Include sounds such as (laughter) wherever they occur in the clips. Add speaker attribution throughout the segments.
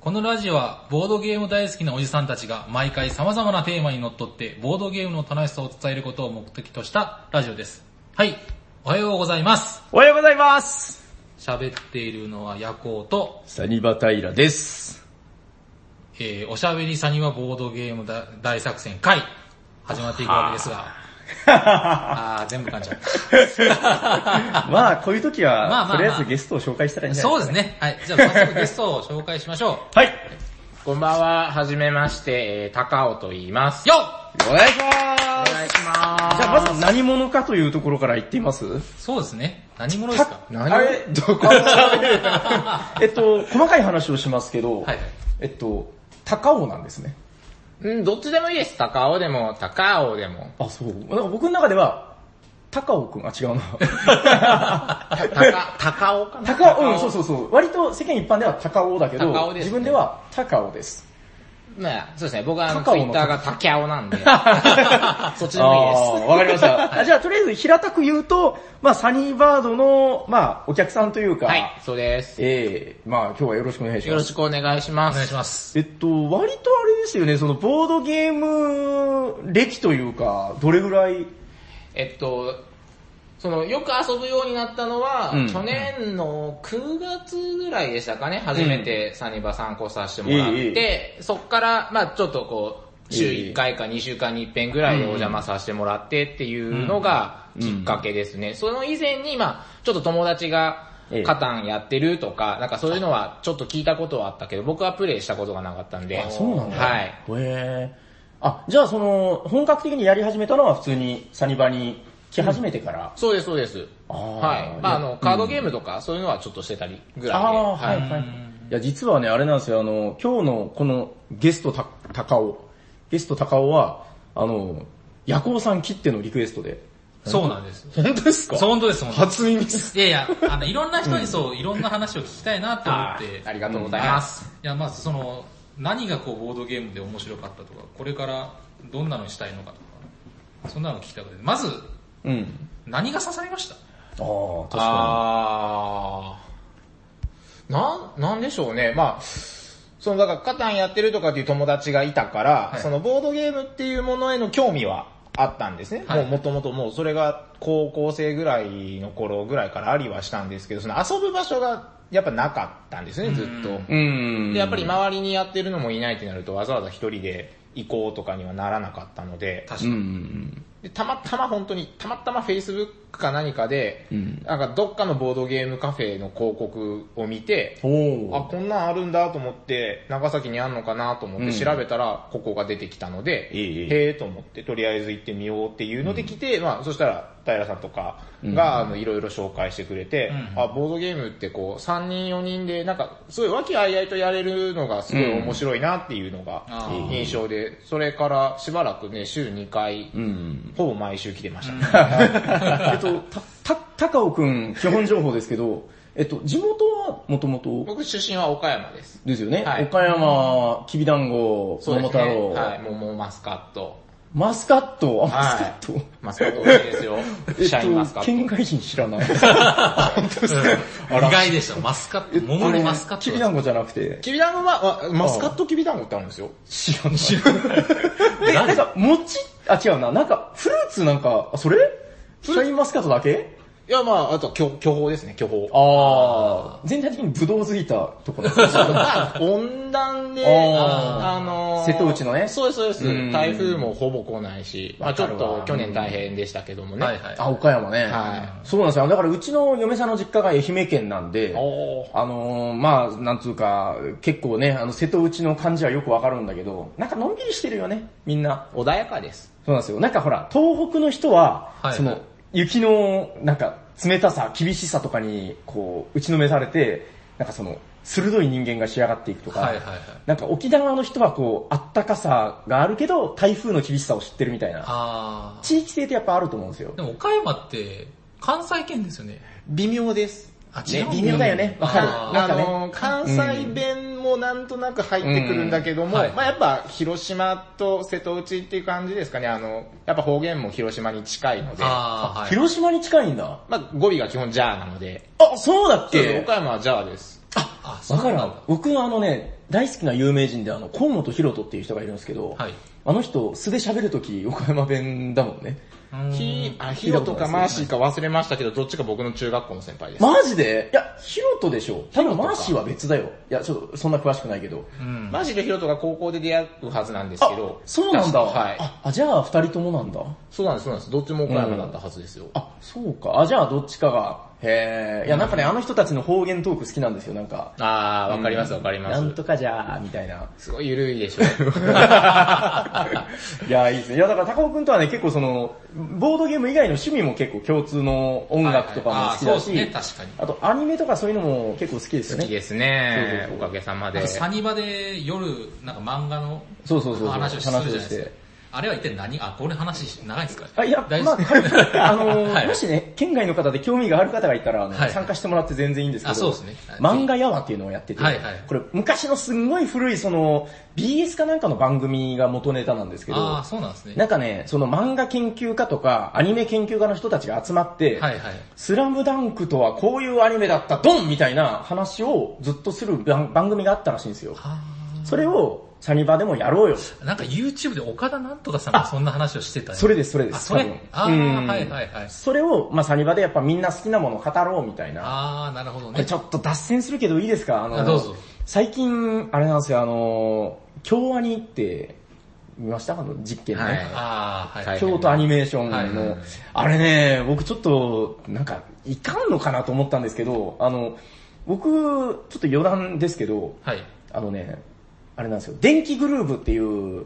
Speaker 1: このラジオはボードゲーム大好きなおじさんたちが毎回様々なテーマにのっとってボードゲームの楽しさを伝えることを目的としたラジオです。はい、おはようございます。
Speaker 2: おはようございます
Speaker 1: 喋っているのは夜行と、
Speaker 2: サニバタイラです。
Speaker 1: えー、おしゃべりさにはボードゲームだ大作戦会始まっていくわけですが、あー、全部噛んじゃった。
Speaker 2: まあ、こういう時
Speaker 1: ま
Speaker 2: は、
Speaker 1: あまあまあ
Speaker 2: とりあえずゲストを紹介したらいいんじゃな
Speaker 1: そ
Speaker 2: いうで
Speaker 1: ですす
Speaker 2: か、
Speaker 1: ね。はい。じゃあ早速ゲストを紹介しましょ
Speaker 2: はい。
Speaker 3: こんばんは、はじめまして、えー、高尾と言います。
Speaker 1: う。よっ
Speaker 2: お願いしま
Speaker 3: お
Speaker 2: す
Speaker 3: 願いします。
Speaker 2: じゃあまず何者かというところから言ってみます
Speaker 1: そうですね。何者ですか
Speaker 3: 何
Speaker 2: あれどこ喋るえっと、細かい話をしますけ
Speaker 1: は
Speaker 2: ど、
Speaker 1: いはい
Speaker 2: えっと、高尾なんですね。
Speaker 3: うん、どっちでもいいです。高尾でも、高尾でも。
Speaker 2: あ、そう。なんか僕の中では、高尾くん、あ、違う
Speaker 3: た
Speaker 2: な。
Speaker 3: 高、高尾かな
Speaker 2: 高尾、うん、そうそうそう。割と世間一般では高尾だけど、
Speaker 3: 高尾ですね
Speaker 2: 自分では高尾です。
Speaker 3: まあ、そうですね、僕はあの、ツ
Speaker 2: 高尾
Speaker 3: イ
Speaker 2: の
Speaker 3: ッターが竹尾なんで、そっちでもいいです。
Speaker 2: あーわかりました。 (laughs) あじゃあ、とりあえず平たく言うと、まあ、サニーバードの、まあ、お客さんというか、
Speaker 3: はい、そうです。
Speaker 2: ええまあ、今日はよろしくお願いし
Speaker 3: よ
Speaker 2: ま
Speaker 3: ろ
Speaker 2: す。
Speaker 3: しくお願いしま
Speaker 1: お願いし
Speaker 3: す。
Speaker 1: ます。
Speaker 2: えっと、割とあれですよね、その、ボードゲーム歴というか、どれぐらい、
Speaker 3: えっと、その、よく遊ぶようになったのは、
Speaker 2: うん
Speaker 3: 去年の9月ぐらいでしたかね、初めてサニバ参考させてもらっ
Speaker 2: ええ
Speaker 3: て、そっから、まあちょっとこう、週1回か2週間に1遍ぐらいでお邪魔させてもらってっていうのがきっかけですね。その以前に、まあちょっと友達が、
Speaker 2: ええ
Speaker 3: カタンやってるとか、なんかそういうのはちょっと聞いたことはあったけど、僕はプレイしたことがなかったんで。
Speaker 2: あ、そうなんだ。
Speaker 3: はい
Speaker 2: へ。え。あ、じゃあその、本格的にやり始めたのは普通にサニバに来始めてから。
Speaker 3: そうです、そうです。
Speaker 2: あー
Speaker 3: はい。まああの、カードゲームとか、そういうのはちょっとしてたりぐらいで。
Speaker 2: あーはいはい。いや、実はね、あれなんですよ、あの、今日のこのゲストた、高尾、ゲスト高尾は、あの、夜行さん切ってのリクエストで。
Speaker 1: そうなんです。
Speaker 2: 本当です
Speaker 1: そう本当です、本当
Speaker 2: 初耳です。
Speaker 1: いやいや、あの、いろんな人にそう、いろんな話を聞きたいなと
Speaker 3: あ
Speaker 1: 思って。
Speaker 3: ありがとうございます。
Speaker 1: いや、まずその、何がこう、ボードゲームで面白かったとか、これからどんなのしたいのかとか、そんなの聞きたくて。まず、
Speaker 2: うん。
Speaker 1: 何が刺さりました
Speaker 2: ああ、確か
Speaker 3: あーなん、なんでしょうね。まあ、その、だから、カタンやってるとかっていう友達がいたから、
Speaker 1: はい
Speaker 3: その、ボードゲームっていうものへの興味はあったんですね。
Speaker 1: はい
Speaker 3: もう、もともともう、それが高校生ぐらいの頃ぐらいからありはしたんですけど、その、遊ぶ場所がやっぱなかったんですね、ずっと。
Speaker 2: に。うん
Speaker 3: で、やっぱり周りにやってるのもいないってなると、わざわざ一人で行こうとかにはならなかったので、
Speaker 1: 確
Speaker 2: う
Speaker 1: かに。
Speaker 2: ん。
Speaker 3: でたまたま本当に、たまたま Facebook か何かで、
Speaker 2: うん
Speaker 3: なんかどっかのボードゲームカフェの広告を見て、
Speaker 2: お
Speaker 3: あ、
Speaker 2: ー。
Speaker 3: こんなんあるんだと思って、長崎にあんのかなと思って調べたら、ここが出てきたの
Speaker 2: え
Speaker 3: で、
Speaker 2: え
Speaker 3: へえと思って、とりあえず行ってみようっていうので来て、まあ、そしたら、平さんとかが、あの、いろいろ紹介してくれて、
Speaker 1: うん
Speaker 3: あ、ボードゲームってこう、3人4人で、なんか、すごい和気あいあいとやれるのがすごい面白いなっていうのが
Speaker 1: あー
Speaker 3: 印象で、それからしばらくね、週2回、
Speaker 2: うん。
Speaker 3: ほぼ毎週来てましたね。
Speaker 2: えっと、た、た、高尾くん、基本情報ですけど、えっと、地元はもともと
Speaker 3: 僕出身は岡山です。
Speaker 2: ですよね。
Speaker 3: はい
Speaker 2: 岡山、きびだんご、
Speaker 3: そうで
Speaker 2: 桃
Speaker 3: す
Speaker 2: 太
Speaker 3: ね。
Speaker 2: 郎、
Speaker 3: はい、桃マスカット。
Speaker 2: マスカット、あ、マスカ
Speaker 3: は
Speaker 2: ッ
Speaker 3: い
Speaker 2: ト。。
Speaker 3: マスカット美味しいですよ
Speaker 2: えっ
Speaker 3: シャインマスカ
Speaker 2: と、県
Speaker 3: ット。
Speaker 2: 外人知らない。
Speaker 1: うん意外でした、マスカット。桃のマスカッ
Speaker 2: き
Speaker 1: ト
Speaker 2: び
Speaker 1: だ
Speaker 2: だんごじゃなくて、
Speaker 3: きびだんごは、あマスカットきびだんごってあるんですよ。
Speaker 2: 知らない。え、なんか、餅、あ、違うな、なんか、フルーツなんか、あ、それシャインマスカットだけ
Speaker 3: いや、まああとは巨、巨峰ですね、巨峰。
Speaker 2: あー、全体的にブドウづいたところなんですよ
Speaker 3: まあ温暖で、
Speaker 2: あー
Speaker 3: ああのー
Speaker 2: 瀬戸内のね
Speaker 3: そうです、そうで
Speaker 2: うん
Speaker 3: す。台風もほぼ来ないし、まあちょっ
Speaker 2: わかる
Speaker 3: と
Speaker 2: わ
Speaker 3: 去年大変でしたけどもね。
Speaker 1: はいはい。
Speaker 2: あ、岡山ね。
Speaker 3: は
Speaker 2: そうなんですよ。だからうちの嫁さんの実家が愛媛県なんで、
Speaker 3: おー
Speaker 2: あのー、まあなんつうか、結構ね、あの、瀬戸内の感じはよくわかるんだけど、なんかのんびりしてるよね、みんな。
Speaker 3: 穏やかです。
Speaker 2: そうなんですよ。なんかほら、東北の人は、
Speaker 1: はいはい
Speaker 2: その、雪の、なんか、冷たさ、厳しさとかに、こう、打ちのめされて、なんかその、鋭い人間が仕上がっていくとか、
Speaker 1: はいはいはい。
Speaker 2: なんか沖縄の人はこう、あったかさがあるけど、台風の厳しさを知ってるみたいな、
Speaker 1: あ
Speaker 2: 地域性ってやっぱあると思うんですよ
Speaker 1: ー。で。も岡山って、関西圏ですよね。
Speaker 3: 微妙です。
Speaker 1: あ、
Speaker 2: ね微妙だよねわかる
Speaker 1: あー
Speaker 2: な
Speaker 3: あ
Speaker 2: んかね
Speaker 3: のー、関西弁もなんとなく入ってくるんだけども、
Speaker 1: うんはい
Speaker 3: まあやっぱ広島と瀬戸内っていう感じですかね、あの、やっぱ方言も広島に近いので、
Speaker 1: あー、はい。
Speaker 2: 広島に近いんだ。
Speaker 3: まあ語尾が基本じゃあなので、
Speaker 2: あ、そうだっ
Speaker 3: そうです
Speaker 2: け
Speaker 3: 岡山はじゃあです。
Speaker 2: あ、
Speaker 1: あ、
Speaker 2: わか
Speaker 1: う
Speaker 2: る
Speaker 1: なんだ
Speaker 2: 僕のあのね、大好きな有名人であの、河本ロ人っていう人がいるんですけど、
Speaker 1: はい
Speaker 2: あの人素で喋るとき岡山弁だもんね。
Speaker 1: うーん
Speaker 3: ひ、あ、ヒロとかマーシーか忘れましたけど、どっちか僕の中学校の先輩です。
Speaker 2: マジでいや、ヒロトでしょ。多分
Speaker 3: ヒロトか
Speaker 2: マーシーは別だよ。いや、ちょっとそんな詳しくないけど。
Speaker 1: うん。
Speaker 3: マーシーとヒロとが高校で出会うはずなんです
Speaker 2: あ
Speaker 3: けど、、
Speaker 2: そうなんだ。
Speaker 3: 確かはい。
Speaker 2: あ、あじゃあ二人ともなんだ。
Speaker 3: そうなんです、そうなんです。どっちも岡山だったはずですよ。
Speaker 2: あ、そうか。あ、じゃあどっちかが。へえ。いや、なんかね、あの人たちの方言トーク好きなんですよ、なんか。
Speaker 3: あー、わかりますわかりま
Speaker 2: なん
Speaker 3: す。
Speaker 2: とかじゃー、みたい (laughs) な。
Speaker 3: すごいゆるいでしょ。
Speaker 2: (laughs) いや、いいですね。いや、だから高尾くんとはね、結構その、ボードゲーム以外の趣味も結構共通の音楽とかも好きだし、
Speaker 1: はいはいあそうですね確
Speaker 2: あとアニメとかそういうのも結構好きですよ
Speaker 3: 好き
Speaker 2: ね。
Speaker 3: です
Speaker 2: そうそ
Speaker 3: ね
Speaker 2: う。そう
Speaker 3: おかげさま
Speaker 1: なん
Speaker 3: で
Speaker 1: か。サニバで夜、なんか漫画の
Speaker 2: そうそうそうそう。
Speaker 1: 話をするじゃないです
Speaker 2: 話
Speaker 1: か。あれは一体何あ、これ話長いんですか
Speaker 2: あ、いや、
Speaker 1: 大
Speaker 2: ま
Speaker 1: 丈
Speaker 2: あ、
Speaker 1: 夫です
Speaker 2: 軽くあの
Speaker 1: (laughs) はい
Speaker 2: もしね、県外の方で興味がある方がいたら、あの
Speaker 1: はい
Speaker 2: 参加してもらって全然いいんですけど、
Speaker 1: あそうですね
Speaker 2: 漫画やわっていうのをやってて、
Speaker 1: はいはい
Speaker 2: これ昔のすんごい古いその、BS かなんかの番組が元ネタなんですけど、
Speaker 1: あー、そうなんですね。
Speaker 2: なんかね、その漫画研究家とか、アニメ研究家の人たちが集まって、
Speaker 1: はいはい。
Speaker 2: スラムダンクとはこういうアニメだった、ドンみたいな話をずっとする番番組があったらしいんですよ。
Speaker 1: あ
Speaker 2: それをサニバでもやろうよ。
Speaker 1: ーなんか YouTube で岡田なんとかさんがそんな話をしてたね
Speaker 2: それです、それです。
Speaker 1: あ、そ
Speaker 2: 多分
Speaker 1: れあ
Speaker 2: うん
Speaker 1: ー、はいはいはい。
Speaker 2: それを、まあ、サニバでやっぱみんな好きなものを語ろうみたいな。
Speaker 1: あー、なるほど
Speaker 2: これ
Speaker 1: ね
Speaker 2: ち。ょっと脱線するけどいいですかあの、
Speaker 1: あどうぞ
Speaker 2: 最近、あれなんですよ、あの、京アニって、見ましたあの実験ね。
Speaker 3: はい
Speaker 1: あー、はい。
Speaker 2: 京都アニメーション
Speaker 1: はいはいは
Speaker 2: の
Speaker 1: い、
Speaker 2: あれね、僕ちょっと、なんか、いかんのかなと思ったんですけど、あの、僕、ちょっと余談ですけど、
Speaker 1: はい。
Speaker 2: あのね、あれなんですよ、電気グルーブっていう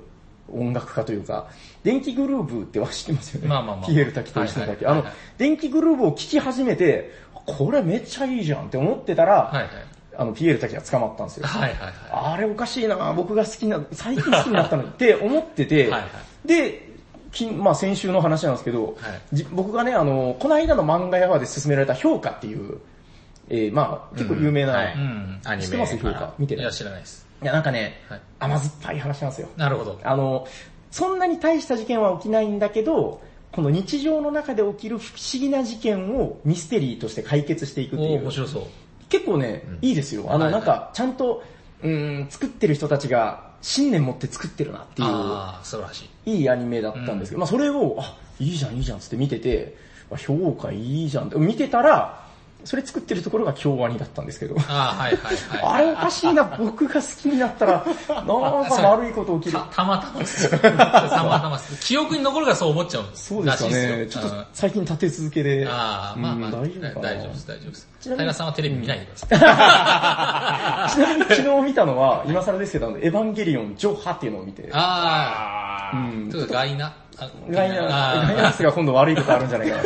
Speaker 2: 音楽家というか、電気グルーブっては知ってますよね。
Speaker 1: まあまあまあ
Speaker 2: ピエール滝と一緒だけ。あ
Speaker 1: はいはいはい
Speaker 2: の
Speaker 1: はい、
Speaker 2: 電気グルーブを聴き始めて、これめっちゃいいじゃんって思ってたら、
Speaker 1: はいはい。
Speaker 2: あの、ピエール滝が捕まったんですよ。
Speaker 1: はいはいはい。
Speaker 2: あれおかしいな僕が好きな、最近好きになっ
Speaker 1: (laughs)
Speaker 2: たのにって思ってて、
Speaker 1: はいは
Speaker 2: で、きまあ先週の話なんですけど、
Speaker 1: い
Speaker 2: じ僕がね、あの、この間の漫画屋話で勧められた評価っていう、えーまあ結構有名な、
Speaker 3: はい
Speaker 1: うん。
Speaker 3: アニメ。
Speaker 2: 知ってます評価見て
Speaker 1: い
Speaker 2: ない。
Speaker 1: や、
Speaker 2: い
Speaker 1: 知らないです。
Speaker 2: や、なんかね、
Speaker 1: はい
Speaker 2: 甘酸っぱい話なんですよ。
Speaker 1: なるほど。
Speaker 2: あの、そんなに大した事件は起きないんだけど、この日常の中で起きる不思議な事件をミステリーとして解決していく
Speaker 1: お
Speaker 2: ってい
Speaker 1: ー、
Speaker 2: う。
Speaker 1: 面白そう。
Speaker 2: 結構ね、いいですよ。あ
Speaker 1: は
Speaker 2: の、
Speaker 1: い
Speaker 2: なんか、ちゃんと、うん、作ってる人たちが信念持って作ってるなっていう、
Speaker 1: あー、素晴らしい。
Speaker 2: いいアニメだったんですけど、まあそれを、あ、いいじゃん、いいじゃんっつって見てて、あ評価いいじゃんって見てたら、それ作ってるところが京アニだったんですけど。
Speaker 1: あー、はいはいはい。
Speaker 2: あれおかし
Speaker 1: (laughs)
Speaker 2: いな、僕が好きになったら、なんか悪いこと起きる
Speaker 1: た。 (laughs) たまたまです。たまたまです。記憶に残るからそう思っちゃうんです。
Speaker 2: そうですかね。
Speaker 1: らしい
Speaker 2: ち
Speaker 1: で
Speaker 2: ょっ
Speaker 1: すよ
Speaker 2: と最近立て続けで。
Speaker 1: ああ、まあまあ、
Speaker 2: う
Speaker 1: 大
Speaker 2: ん大
Speaker 1: 丈
Speaker 2: 丈夫か
Speaker 1: 夫
Speaker 2: な
Speaker 1: です、大丈夫です。
Speaker 2: ち
Speaker 1: 平
Speaker 2: なみに
Speaker 1: さんはテレビ見ないでください。
Speaker 2: ちなみに昨日見たのは、今更ですけど、あのエヴァンゲリオン、ジョハっていうのを見て。
Speaker 1: あ
Speaker 3: あ
Speaker 2: う
Speaker 3: ー
Speaker 1: あ、
Speaker 2: ん
Speaker 1: ちょっとガイナ。あ
Speaker 2: ガイナ
Speaker 1: あ
Speaker 2: ガイナスが今度悪いことあるんじゃないかな。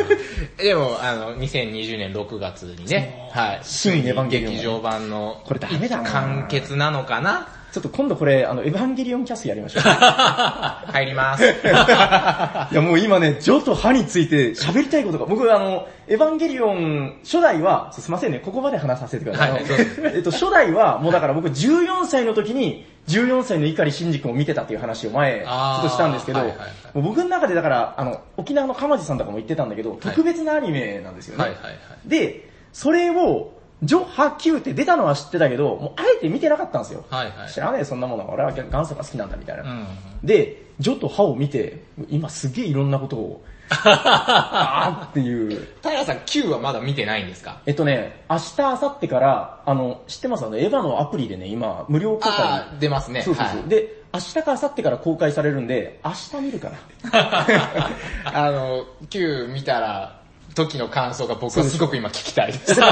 Speaker 3: でも、あの、2020年6月にね、はい。
Speaker 2: 新エヴァンゲリオン
Speaker 3: 劇場版の、
Speaker 2: これダメだな
Speaker 3: 完結なのかな
Speaker 2: ちょっと今度これ、あの、エヴァンゲリオンキャスやりましょう。
Speaker 3: 入り
Speaker 2: (laughs)
Speaker 3: ます。
Speaker 2: いやもう今ね、ジョとハについて喋りたいことが、僕あの、エヴァンゲリオン初代は、すいませんね、ここまで話させてください。
Speaker 1: はい
Speaker 2: あの
Speaker 1: どうぞ
Speaker 2: えっと、初代は、もうだから僕14歳の時に、14歳の碇シンジ君を見てたっていう話を前、ちょ
Speaker 1: あー
Speaker 2: っとしたんですけど、
Speaker 1: はいはいはい
Speaker 2: もう僕の中でだから、あの、沖縄の鎌地さんとかも言ってたんだけど、特別なアニメなんですよね。
Speaker 1: はいはいはい
Speaker 2: で、それを、ジョ・ハ・キューって出たのは知ってたけど、もうあえて見てなかったんですよ。
Speaker 1: はいはい
Speaker 2: 知らねえ、そんなものは。俺は元祖が好きなんだみたいな。
Speaker 1: うん。
Speaker 2: で、ジョとハを見て、今すげえいろんなことを、あーっていう。
Speaker 3: 平さん9はまだ見てないんですか
Speaker 2: えっとね、明日、明後日から、あの、知ってますあの、エヴァのアプリでね、今、無料公開
Speaker 3: あ。ー出ますね。
Speaker 2: そうそうそう。
Speaker 3: はい
Speaker 2: で、明日か明後日から公開されるんで、明日見るかな。 (laughs)
Speaker 3: あの、9見たら、時の感想が僕はすごく今聞
Speaker 2: (laughs)
Speaker 3: きたいです。、
Speaker 2: だか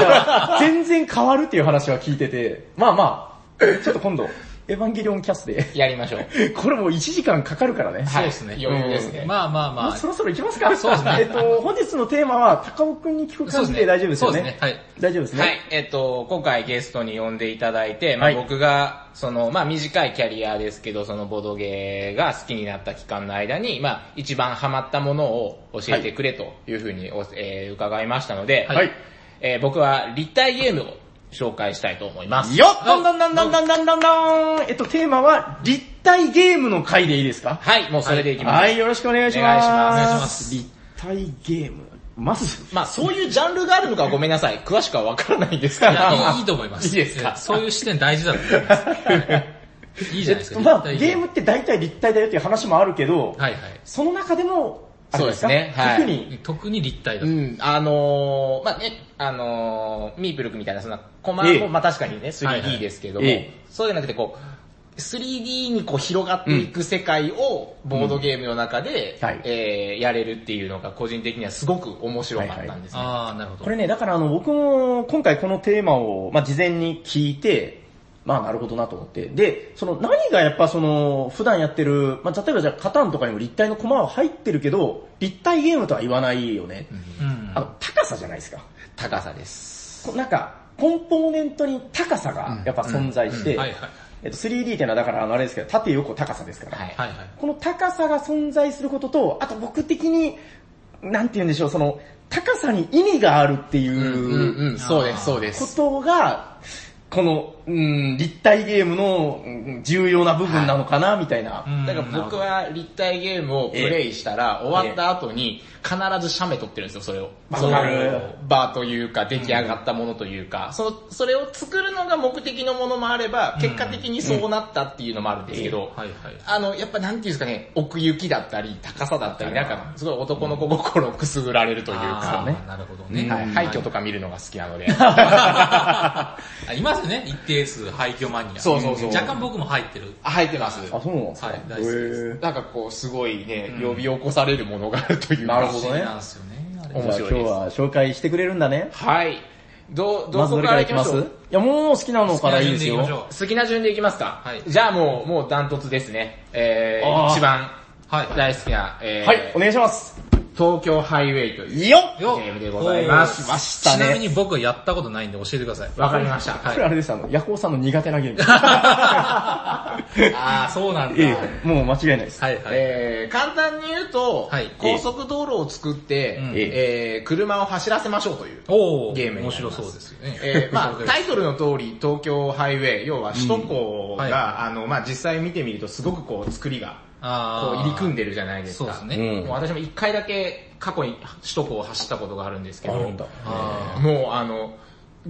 Speaker 2: ら全然変わるっていう話は聞いてて、まあまあ、ちょっと今度、エヴァンゲリオンキャスで (laughs)
Speaker 3: やりましょう。
Speaker 2: これもう1時間かかるからね。
Speaker 3: はい
Speaker 1: そうですね
Speaker 3: 余裕ですね。
Speaker 1: まあまあ
Speaker 2: もう
Speaker 1: ま
Speaker 2: そろそろ行きますかそうですね。えっと、本日のテーマは、高尾くんに聞く感じで大丈夫ですよね。
Speaker 1: そうですねそうですねは
Speaker 2: 大丈夫ですね。
Speaker 3: はい、えっと、今回ゲストに呼んでいただいて、ま
Speaker 2: は
Speaker 3: あ
Speaker 2: い
Speaker 3: 僕が、その、まあ短いキャリアですけど、そのボドゲーが好きになった期間の間に、まあ一番ハマったものを教えてくれというふうにお、えー伺いましたので、
Speaker 1: はい
Speaker 3: えー僕は立体ゲームを紹介したいと思います。
Speaker 2: よっどんどんどんどんどんどんどんどんえっと、テーマは、立体ゲームの回でいいですか
Speaker 3: はい、もうそれでいきます。
Speaker 2: はい、よろしくお願いします。
Speaker 3: お願いし
Speaker 1: ます
Speaker 2: 立体ゲーム。まず、
Speaker 3: まあそういうジャンルがあるのかはごめんなさい。詳しくはわからないですか
Speaker 2: い
Speaker 3: ら。
Speaker 1: やいいいいと思います。
Speaker 3: いいですか
Speaker 1: そういう視点大事だと思います。はいいいじゃないですか。
Speaker 2: まあ、
Speaker 1: 絶対いい
Speaker 2: ゲームって大体立体だよっていう話もあるけど、
Speaker 1: はいはい。
Speaker 2: その中でも、あれか
Speaker 3: そうですねはい
Speaker 2: 特に、
Speaker 1: 特に立体だ
Speaker 3: う
Speaker 1: と。
Speaker 3: ん、あのー、まあね、あのー、ミープルクみたいなそんなコマも、
Speaker 2: ええ
Speaker 3: まあ確かにね、
Speaker 1: はいはい
Speaker 3: 3D ですけども、
Speaker 2: ええ
Speaker 3: そうじゃなくてこう、3D にこう広がっていく世界をボードゲームの中で、
Speaker 2: うんはい
Speaker 3: えーやれるっていうのが個人的にはすごく面白かったんですね。
Speaker 1: ああ、なるほど。
Speaker 2: これね、だからあの、僕も今回このテーマを、まあ、事前に聞いて、まあなるほどなと思って。で、その何がやっぱその、普段やってる、まあ例えばじゃあカタンとかにも立体のコマは入ってるけど、立体ゲームとは言わないよね。
Speaker 1: うん
Speaker 2: あ。の、高さじゃないですか。
Speaker 3: 高さです。
Speaker 2: こなんか、コンポーネントに高さがやっぱ存在して、
Speaker 1: はいはい。
Speaker 2: えっと 3D っていうのはだからあのあれですけど、縦横高さですから。
Speaker 3: はい。
Speaker 1: はいはい。
Speaker 2: この高さが存在することと、あと僕的に、なんて言うんでしょう、その、高さに意味があるってい
Speaker 3: うんう、
Speaker 2: うん
Speaker 3: そうです、そうで
Speaker 2: こ
Speaker 3: す。
Speaker 2: とが、この、うん、立体ゲームのうん重要な部分なのかな、みたいな。
Speaker 1: うん
Speaker 3: だから僕は立体ゲームをプレイしたら、終わった後に必ず写メ撮ってるんですよ、それを。
Speaker 2: わ
Speaker 3: その
Speaker 2: かる
Speaker 3: バーというか、出来上がったものというか、その、それを作るのが目的のものもあれば、結果的にそうなったっていうのもあるんですけど、
Speaker 1: はいはい。
Speaker 3: あの、やっぱなんていうんですかね、奥行きだったり、高さだったり、なんか、すごい男の子心をくすぐられるという
Speaker 1: あ
Speaker 3: か、
Speaker 1: ーなるほどね。
Speaker 3: はい
Speaker 1: うん
Speaker 3: 廃墟とか見るのが好きなので、
Speaker 1: あいますね、一定数廃墟マニア。
Speaker 3: そうそうそうん
Speaker 1: 若干僕も入ってる。
Speaker 3: 入ってます。
Speaker 2: あ、そうなんですか。
Speaker 1: はい大好きです
Speaker 2: へー
Speaker 3: なんかこう、すごいね、呼び起こされるものがあるというか
Speaker 2: なるほどね
Speaker 1: なんですよね、あれ
Speaker 3: 面白いです
Speaker 2: じゃあ今日は紹介してくれるんだね。
Speaker 3: はい。どう、ど
Speaker 2: ま
Speaker 3: う
Speaker 2: ずど
Speaker 3: そこ
Speaker 2: れか
Speaker 3: か
Speaker 2: らら
Speaker 3: い
Speaker 2: い
Speaker 3: き
Speaker 2: き
Speaker 3: ま
Speaker 2: ま
Speaker 3: し
Speaker 2: す
Speaker 3: ょ。
Speaker 2: いうや、もう好きなのからいいです
Speaker 1: 好きな順でいきましょ
Speaker 2: よ。
Speaker 3: 好きな順でいきますか。
Speaker 1: はい
Speaker 3: じゃあもう、もうダントツですね。え
Speaker 2: あ
Speaker 3: ー、
Speaker 2: ー
Speaker 3: 一番
Speaker 1: はいはい
Speaker 3: 大好きな、えー
Speaker 2: はい、お願いします。
Speaker 3: 東京ハイウェイという
Speaker 2: よっ
Speaker 1: ゲ
Speaker 3: ゲームでございます。
Speaker 2: ま
Speaker 1: ち
Speaker 2: したね
Speaker 1: なみに僕はやったことないんで教えてください。
Speaker 3: わかりました。
Speaker 1: は
Speaker 2: こ
Speaker 1: い
Speaker 2: れあれです、あの、ヤコウさんの苦手なゲーム。
Speaker 1: ああ、そうなんだ。
Speaker 2: ええ、もう間違いないです。
Speaker 1: はいはい。
Speaker 3: えー、簡単に言うと、
Speaker 1: はい
Speaker 3: 高速道路を作って、
Speaker 1: うん
Speaker 3: えー、車を走らせましょうという。
Speaker 1: おお
Speaker 3: ゲームに
Speaker 1: 面
Speaker 3: なり
Speaker 1: 白
Speaker 3: ます
Speaker 1: そうですよね。(laughs)
Speaker 3: えーまあ、タ
Speaker 1: イ
Speaker 3: イトルの通り、東京ハイウェイ、要は首都高が、
Speaker 1: うんは
Speaker 3: あの、まあ、実際見てみるとすごくこう、作りが、こう、入り組んでるじゃないです
Speaker 1: そう
Speaker 3: か。
Speaker 1: ですね。
Speaker 2: うん
Speaker 3: もう私も一回だけ過去に首都高を走ったことがあるんですけど、
Speaker 2: あるんだ
Speaker 1: あ
Speaker 3: もうあの、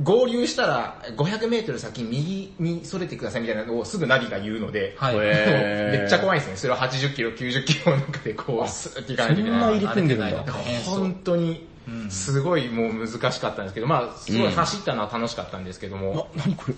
Speaker 3: 合流したら500メートル先右に逸れてくださいみたいなのをすぐナビが言うので、
Speaker 1: はい
Speaker 3: (laughs) もう
Speaker 2: へー
Speaker 3: めっちゃ怖いですね。それを80キロ、90キロの中でこう、スーっていかないといけ
Speaker 2: そんな
Speaker 3: な
Speaker 2: 入
Speaker 3: い
Speaker 2: り。組んでる
Speaker 1: 慣
Speaker 2: んだ
Speaker 1: れてないな
Speaker 3: 本当に、すごいもう難しかったんですけど、まあすごい走ったのは楽しかったんですけども、
Speaker 2: な、なにこれ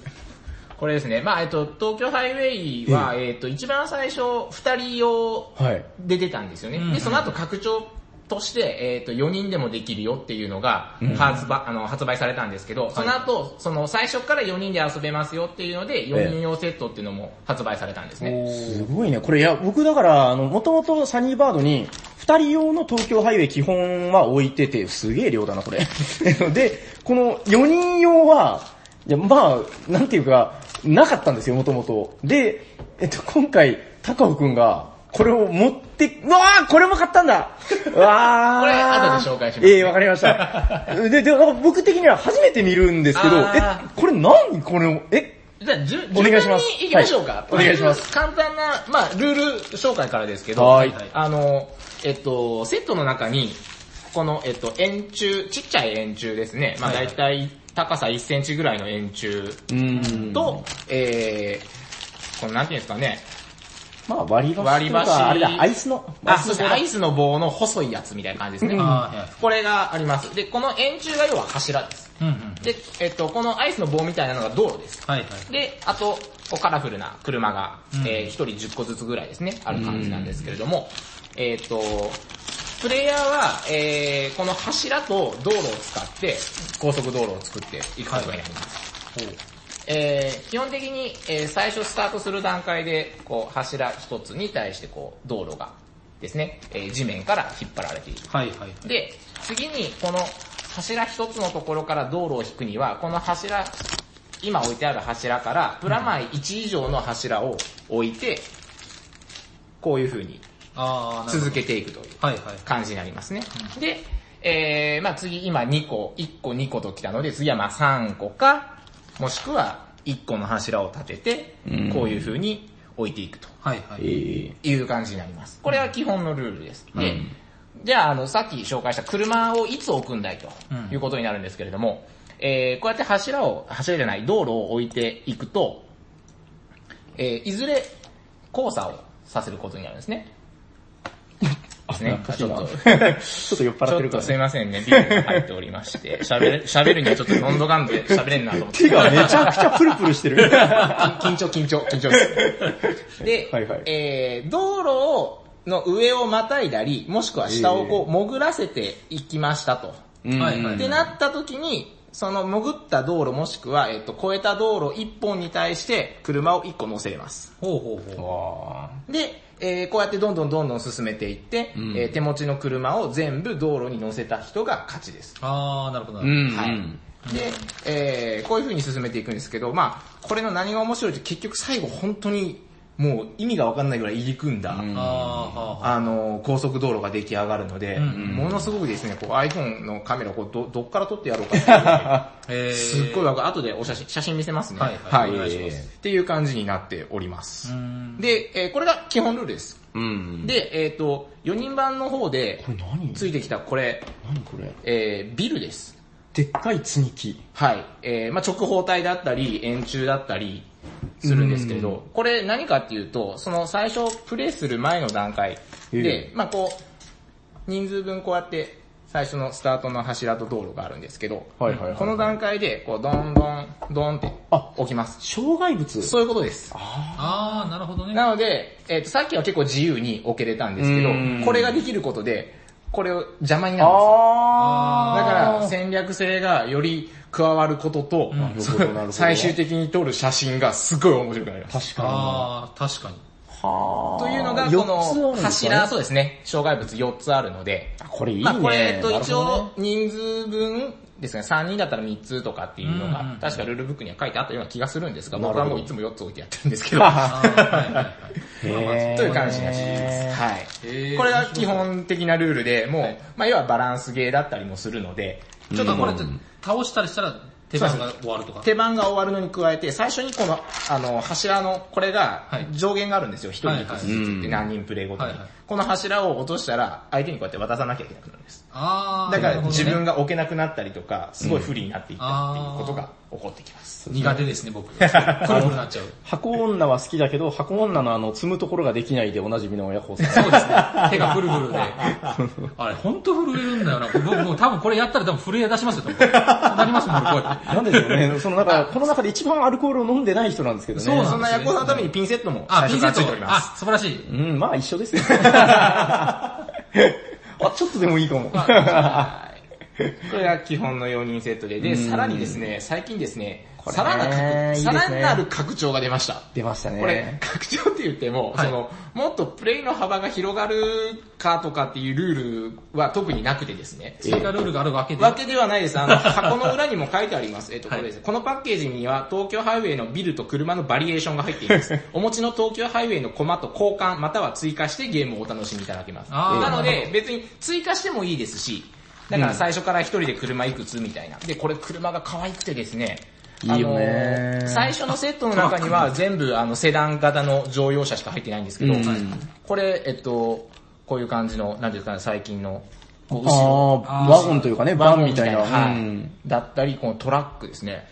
Speaker 3: これですね、まあえっと、東京ハイウェイは、えっと、一番最初、二人用
Speaker 2: はい。
Speaker 3: で出たんですよね。
Speaker 1: うん
Speaker 3: で、その後拡張として、えっ、と、4人でもできるよっていうのが発売、あの発売されたんですけど、その後、その最初から4人で遊べますよっていうので、4人用セットっていうのも発売されたんですね。
Speaker 2: すごいね。これ、いや、僕だから、あの、もともとサニーバードに、二人用の東京ハイウェイ基本は置いてて、すげえ量だな、これ。 (laughs) で、この4人用は、いや、まあ、なんていうか、なかったんですよ、もともと。で、えっと、今回、高尾くんが、これを持って、うわーこれも買ったん
Speaker 3: (laughs)
Speaker 2: だうわー
Speaker 3: これ後で紹介します
Speaker 2: ええわかりました。で、で、なんか僕的には初めて見るんですけど、え
Speaker 3: あ、
Speaker 2: これ何これ、え、
Speaker 3: じゃあ、じゅ
Speaker 2: お願いします
Speaker 3: 順番に行きましょうか。
Speaker 2: はいお願いします。
Speaker 3: 簡単な、まあルール紹介からですけど、
Speaker 2: はい
Speaker 3: あの、えっと、セットの中に、この、えっと、円柱、ちっちゃい円柱ですね。まあ
Speaker 1: はい
Speaker 3: 大体高さ1センチぐらいの円柱
Speaker 2: うん
Speaker 3: と、えー、このなんていうんですかね、
Speaker 2: まあ割り箸
Speaker 3: 割り
Speaker 2: と
Speaker 3: 箸
Speaker 2: か、あれだ、アイスの。
Speaker 3: あ、そうですね、
Speaker 2: ア
Speaker 3: ア
Speaker 2: イス
Speaker 3: イスの棒の細いやつみたいな感じですね。
Speaker 1: あー、はい。
Speaker 3: これがあります。で、この円柱が要は柱です。
Speaker 1: うんうん。
Speaker 3: で、えっと、このアイスの棒みたいなのが道路です。
Speaker 1: はいはい。
Speaker 3: で、あと、こうカラフルな車が、
Speaker 1: うん
Speaker 3: えー、1人10個ずつぐらいですね、ある感じなんですけれども、えっ、と、プレイヤーは、えー、この柱と道路を使って、高速道路を作っていくことになります。えー、基本的に、えー、最初スタートする段階で、こう、柱一つに対して、こう、道路がですね、えー、地面から引っ張られている。
Speaker 1: はいはい。
Speaker 3: で、次にこの柱一つのところから道路を引くには、この柱、今置いてある柱から、プラマイ1以上の柱を置いて、こういう風に
Speaker 1: ああ、なるほ
Speaker 3: 続
Speaker 1: ど。
Speaker 3: けていくという
Speaker 1: はいはい。
Speaker 3: 感じになりますね。で、えー、まあ次今2個、1個2個と来たので、次はまあ3個か、もしくは1個の柱を立てて、こういう風に置いていくと。
Speaker 1: はいは
Speaker 2: え
Speaker 1: い。
Speaker 2: ー
Speaker 3: いう感じになります。これは基本のルールです。で、じゃあ、あの、さっき紹介した車をいつ置くんだいと
Speaker 1: うん
Speaker 3: いうことになるんですけれども、えーこうやって柱を、柱じゃない、道路を置いていくと、えーいずれ交差をさせることになるんですね。ですね。ちょっ
Speaker 2: ちょ
Speaker 3: と、
Speaker 2: っと酔っ払って
Speaker 3: ちょ
Speaker 2: る
Speaker 3: っ
Speaker 2: か
Speaker 3: と
Speaker 2: ら
Speaker 3: す
Speaker 2: ね。
Speaker 3: いませんね、ビールが入っておりま (laughs) して、喋る、喋るにはちょっと飲んどかんで喋れんなと思って。
Speaker 2: 手がめちゃくちゃプルプルしてる。
Speaker 3: (laughs) 緊張、緊張、緊張です。で、
Speaker 2: はいはい
Speaker 3: えー、道路を、の上をまたいだり、もしくは下をこう、潜らせていきましたと。
Speaker 2: うん
Speaker 1: はいはい
Speaker 3: ってなった時に、その潜った道路もしくは、えっ、と、越えた道路1本に対して、車を1個乗せれます。
Speaker 1: ほうほうほ
Speaker 2: わ
Speaker 3: で、えーこうやってどんどんどんどん進めていって、
Speaker 2: うん
Speaker 3: えー手持ちの車を全部道路に乗せた人が勝ちです。
Speaker 1: う。あー、なるほど
Speaker 2: ー
Speaker 1: なる
Speaker 3: はいで、えーこういう風に進めていくんですけど、まあ、これの何が面白いって結局最後本当にもう意味がわかんないぐらい入り組んだ、
Speaker 2: うん
Speaker 1: ほど。あー、はーは
Speaker 3: あの、高速道路が出来上がるので、
Speaker 1: うん
Speaker 3: ものすごくですね、こう iPhone のカメラをこうどどっから撮ってやろうかって
Speaker 2: (laughs)
Speaker 3: いうぐら
Speaker 1: ー。えー、
Speaker 3: い。すっごいわかる。後でお写真、写真見せますね。
Speaker 1: はいはい
Speaker 3: は
Speaker 1: お願いし
Speaker 3: え
Speaker 1: ます
Speaker 3: ーっていう感じになっております
Speaker 1: う。ん。
Speaker 3: で、えーこれが基本ルールです。
Speaker 2: うん。で、
Speaker 3: で、えっ、と、4人版の方で
Speaker 2: これ何
Speaker 3: ついてきたこれ、
Speaker 2: 何これ
Speaker 3: えービルです。
Speaker 2: でっかい積み木。
Speaker 3: はい。えーまあ直方体だったり、円柱だったりするんですけれ
Speaker 2: うん
Speaker 3: ど、これ何かっていうと、その最初プレイする前の段階
Speaker 2: え
Speaker 3: で、まあこう、人数分こうやって、最初のスタートの柱と道路があるんですけど、
Speaker 2: はいはいはいはい
Speaker 3: この段階で、こう、どんどん、どんって
Speaker 2: あ
Speaker 3: 置きます。
Speaker 2: 障害物
Speaker 3: そういうことです。
Speaker 1: あー、なるほどね。
Speaker 3: なので、えっ、と、さっきは結構自由に置けれたんですけ
Speaker 2: うん
Speaker 3: ど、これができることで、これを邪魔になるんですよ。
Speaker 2: あ
Speaker 3: だ
Speaker 2: ー。
Speaker 3: から、戦略性がより加わることと、
Speaker 1: なる
Speaker 2: ほどなるほど
Speaker 3: 最終的に撮る写真がすごい面白くなります。
Speaker 2: 確か
Speaker 1: あー、確かに。
Speaker 2: に。は
Speaker 3: というのが、
Speaker 2: 四
Speaker 3: こ
Speaker 2: つあるん
Speaker 3: の
Speaker 2: ですかね
Speaker 3: 柱、そうですね、障害物4つあるので、
Speaker 2: あこれいいね。
Speaker 3: まあこれ、えっと、
Speaker 2: なるほ
Speaker 3: 一
Speaker 2: ど
Speaker 3: 応
Speaker 2: ね、
Speaker 3: 人数分ですね、3人だったら3つとかっていうの
Speaker 1: うんうん
Speaker 3: が、確かルールブックには書いてあったような気がするんですが、
Speaker 2: なるほ
Speaker 3: 僕
Speaker 2: ど
Speaker 3: はもういつも4つ置いてやってるんですけど、
Speaker 1: あー、はいはいはい。
Speaker 2: へー
Speaker 3: という感じになっています。はい。
Speaker 1: へー
Speaker 3: これが基本的なルールで、もう、まあ、要はバランスゲーだったりもするので、
Speaker 1: ちょっとこれ、倒したりしたら手番が終わるとか。
Speaker 3: 手番が終わるのに加えて、最初にこの、あの、柱の、これが
Speaker 1: はい、
Speaker 3: 上限があるんですよ。一、
Speaker 1: はい
Speaker 3: 人いくつずつって何人プレイごとに、
Speaker 1: はいはい
Speaker 3: この柱を落としたら、相手にこうやって渡さなきゃいけなくなるんです。
Speaker 1: あー、
Speaker 3: だか
Speaker 1: な
Speaker 3: ら
Speaker 1: るほどね
Speaker 3: 自分が置けなくなったりとか、すごい不利になっていったっていうことが起こってきます。
Speaker 1: 苦手ですね、
Speaker 3: (laughs)
Speaker 1: 僕。プルプルなっちゃう。
Speaker 2: 箱女は好きだけど、箱女のあの、積むところができないでおなじみの親子さん。
Speaker 1: そうですね。手がプルプルで。あれ、ほんと震えるんだよな。僕もう多分これやったら多分震え出しますよ、多分。なりますもん、俺こうやって。
Speaker 2: なんでしょうね。その中、この中で一番アルコールを飲んでない人なんですけどね。
Speaker 1: そう
Speaker 3: そ
Speaker 1: なんん
Speaker 3: な
Speaker 1: ですね
Speaker 3: 役者のためにピンセットも
Speaker 1: あ、
Speaker 3: 最
Speaker 1: ピンセ
Speaker 3: 初
Speaker 1: ッ
Speaker 3: からつい
Speaker 1: ト
Speaker 3: ており。ま
Speaker 1: あ
Speaker 3: す。、
Speaker 1: 素晴らしい。
Speaker 2: うん、まあ一緒ですよ。あ、ちょっとでもいいかも。
Speaker 3: これが基本の4人セットで、で、さらにですね、最近ですね、
Speaker 2: れね
Speaker 3: さらな
Speaker 2: い
Speaker 3: 拡
Speaker 2: いです
Speaker 3: さ
Speaker 2: ね
Speaker 3: らなる拡張が出ました。
Speaker 2: (laughs) 出ましたね。
Speaker 3: これ、拡張って言っても、
Speaker 1: はい
Speaker 3: その、もっとプレイの幅が広がるかとかっていうルールは特になくてですね。
Speaker 1: 追加ルールがあるわけで。
Speaker 3: わけではないです。あの、箱の裏にも書いてあります。えっと、こ
Speaker 1: はい
Speaker 3: れです。このパッケージには東京ハイウェイのビルと車のバリエーションが入っています。お持ちの東京ハイウェイのコマと交換、または追加してゲームをお楽しみいただけます。
Speaker 1: あー
Speaker 3: なの
Speaker 1: なる
Speaker 3: で、別に追加してもいいですし、だから最初から一人で車いくつみたいな。で、これ車が可愛くてですね、
Speaker 2: いいよね
Speaker 3: あの最初のセットの中には全部あのセダン型の乗用車しか入ってないんですけど、
Speaker 2: うん
Speaker 3: これ、えっと、こういう感じの、なんていうんですかね、最近の、こう後ろ
Speaker 2: あーワゴンというかね、バンみたいな。
Speaker 3: はい
Speaker 2: うん
Speaker 3: だったり、このトラックですね。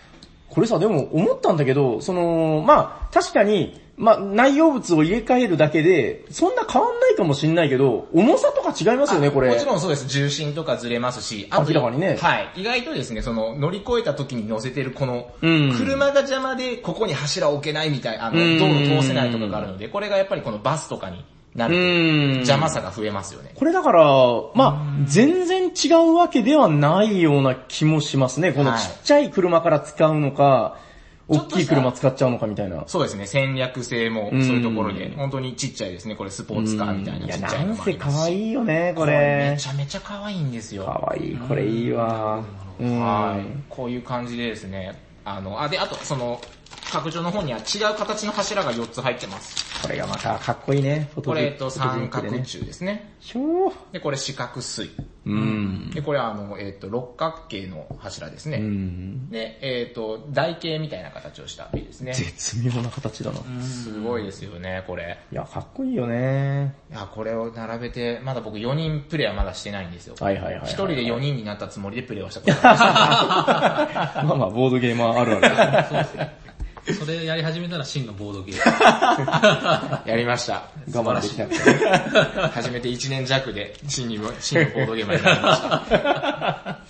Speaker 2: これさ、でも思ったんだけど、その、まあ確かに、まあ内容物を入れ替えるだけで、そんな変わんないかもしんないけど、重さとか違いますよね、これ。
Speaker 3: もちろんそうです。重心とかずれますし、あと
Speaker 2: 明らかにね
Speaker 3: はい。意外とですね、その、乗り越えた時に乗せてるこの、
Speaker 2: うん
Speaker 3: 車が邪魔でここに柱を置けないみたい、あの
Speaker 2: うん、
Speaker 3: 道路通せないとかがあるので、これがやっぱりこのバスとかになると、
Speaker 2: うん
Speaker 3: 邪魔さが増えますよね。
Speaker 2: これだから、まあ、全然違うわけではないような気もしますね。この
Speaker 3: はい
Speaker 2: ちっちゃい車から使うのか、
Speaker 3: ち
Speaker 2: 大
Speaker 3: ょっとした
Speaker 2: きい車使っちゃうのかみたいな。
Speaker 3: そうですね、戦略性もそういうところで、
Speaker 2: うん
Speaker 3: 本当にちっちゃいですね、これスポーツカーみたいなちっちゃ
Speaker 2: ない
Speaker 3: の
Speaker 2: ん
Speaker 3: もあ
Speaker 2: せ
Speaker 3: ります
Speaker 2: 可
Speaker 3: し。
Speaker 2: 愛いよね、こ
Speaker 3: これ
Speaker 2: れ
Speaker 3: め。ちゃめちゃ可愛いんですよ。
Speaker 2: 可愛い、これいいわ。うん
Speaker 3: はい。こういう感じでですね、あの、あ、で、あと、その、拡張の方には違う形の柱が4つ入ってます。
Speaker 2: これがまたかっこいいね、フォ
Speaker 3: こ
Speaker 2: トジ
Speaker 3: れ、え
Speaker 2: ェ
Speaker 3: っと、
Speaker 2: フォトジェ
Speaker 3: 三
Speaker 2: ニックで
Speaker 3: 角
Speaker 2: ね。
Speaker 3: 柱ですね。
Speaker 2: ひょー
Speaker 3: で、これ四角錐。
Speaker 2: うん。
Speaker 3: で、これはあの、えっと、六角形の柱ですね。
Speaker 2: うん。
Speaker 3: で、えっと、台形みたいな形をしたビですね。
Speaker 2: 絶妙な形だな。い
Speaker 3: すごいですよね、これ。
Speaker 2: や、かっこいいよね。
Speaker 3: いや、これを並べて、まだ僕4人プレイはまだしてないんですよ。
Speaker 2: はいはいはいはい
Speaker 3: 一人で4人になったつもりでプレイをしたことがあ
Speaker 2: (laughs) まあまあ、ボードゲーマーあるある。
Speaker 1: それやり始めたら真のボードゲーム。
Speaker 2: (laughs)
Speaker 3: りますやりました。
Speaker 2: 我慢できなくて。
Speaker 3: 初めて1年弱で、新入、新入ボードゲームになりま
Speaker 2: (laughs)
Speaker 3: した。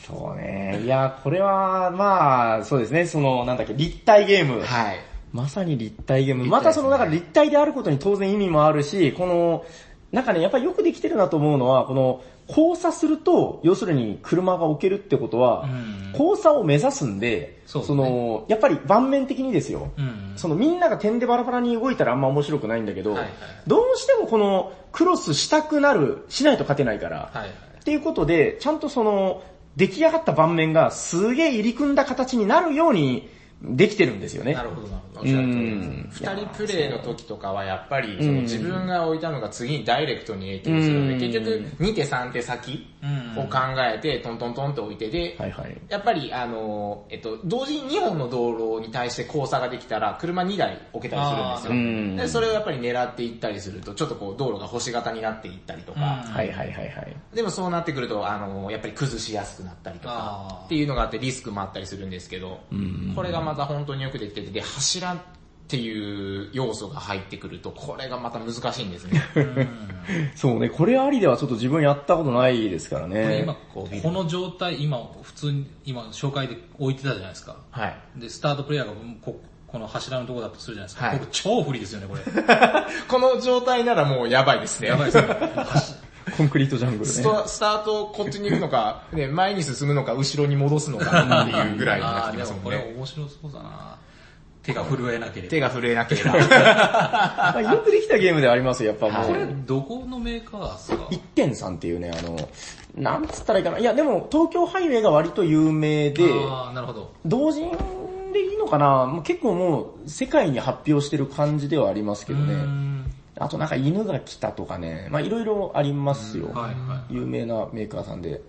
Speaker 2: そうね。いや、これは、まあ、そうですね、その、なんだっけ、立体ゲーム。
Speaker 3: はい。
Speaker 2: まさに立体ゲーム。
Speaker 3: 立体ですね
Speaker 2: またその、だから立体であることに当然意味もあるし、この、なんかね、やっぱりよくできてるなと思うのは、この、交差すると、要するに車が置けるってことは、
Speaker 1: うん
Speaker 2: 交差を目指すんで、
Speaker 1: そうですね
Speaker 2: の、やっぱり盤面的にですよ、
Speaker 1: うん。
Speaker 2: そのみんなが点でバラバラに動いたらあんま面白くないんだけど、
Speaker 1: はいはい
Speaker 2: どうしてもこのクロスしたくなる、しないと勝てないから、
Speaker 1: はいはい。
Speaker 2: っていうことで、ちゃんとその、出来上がった盤面がすげえ入り組んだ形になるようにできてるんですよね。
Speaker 1: なるほどなるほど。
Speaker 3: おっしゃる通りです
Speaker 2: うん
Speaker 3: 二人プレイの時とかはやっぱり、そ
Speaker 2: うん
Speaker 3: の自分が置いたのが次にダイレクトに影響するので、
Speaker 2: うん
Speaker 3: 結局2手3手先
Speaker 1: うん
Speaker 3: を考えて、トントントンと置いてで、
Speaker 2: はいはい。
Speaker 3: やっぱり、あの、えっと、同時に2本の道路に対して交差ができたら、車2台置けたりする
Speaker 2: うん
Speaker 3: ですよ。
Speaker 2: ん。
Speaker 3: で、それをやっぱり狙っていったりすると、ちょっとこう、道路が星型になっていったりとか、
Speaker 2: はいはいはいはい。
Speaker 3: でもそうなってくると、あの、やっぱり崩しやすくなったりと
Speaker 1: あ
Speaker 3: か
Speaker 1: ー、
Speaker 3: っていうのがあってリスクもあったりするんですけど、これがまた本当によくできてて、で、柱っていう要素が入ってくると、これがまた難しいんですね。
Speaker 1: (laughs)
Speaker 2: そうね、これありではちょっと自分やったことないですからね
Speaker 1: 今、。この状態、今、普通に、今、紹介で置いてたじゃないですか。
Speaker 3: はい。
Speaker 1: で、スタートプレイヤーがここの柱のとこだとするじゃないですか。
Speaker 3: はい
Speaker 1: ここ超不利ですよね、これ。
Speaker 3: この状態ならもうやばいですね。
Speaker 1: やばいですね。
Speaker 2: コンクリートジャングル
Speaker 3: ス
Speaker 2: ね。
Speaker 3: トスタートこっちに行くのか、ね、前に進むのか、後ろに戻すのかっていうぐらいになっ
Speaker 1: あ
Speaker 3: て
Speaker 1: ーで
Speaker 3: きます
Speaker 1: も
Speaker 3: も
Speaker 1: こ
Speaker 3: ん
Speaker 1: れ
Speaker 3: ね。
Speaker 1: 面白そうだな手が震えなければ。
Speaker 3: 手が震えなければ。
Speaker 2: まあよくできたゲームではありますよ、やっぱも
Speaker 1: これ
Speaker 2: う。、
Speaker 1: どこのメーカーですか
Speaker 2: 1.3っていうね、あの、なんつったらいいかな。いや、でも東京ハイウェイが割と有名で、
Speaker 1: ああ、なるほど。
Speaker 2: 同人でいいのかなもう結構もう世界に発表してる感じではありますけど
Speaker 1: うー
Speaker 2: ね。
Speaker 1: ん
Speaker 2: あとなんか犬が来たとかね、まあいろいろありますよ。
Speaker 1: はいはい。
Speaker 2: 有名なメーカーさんで。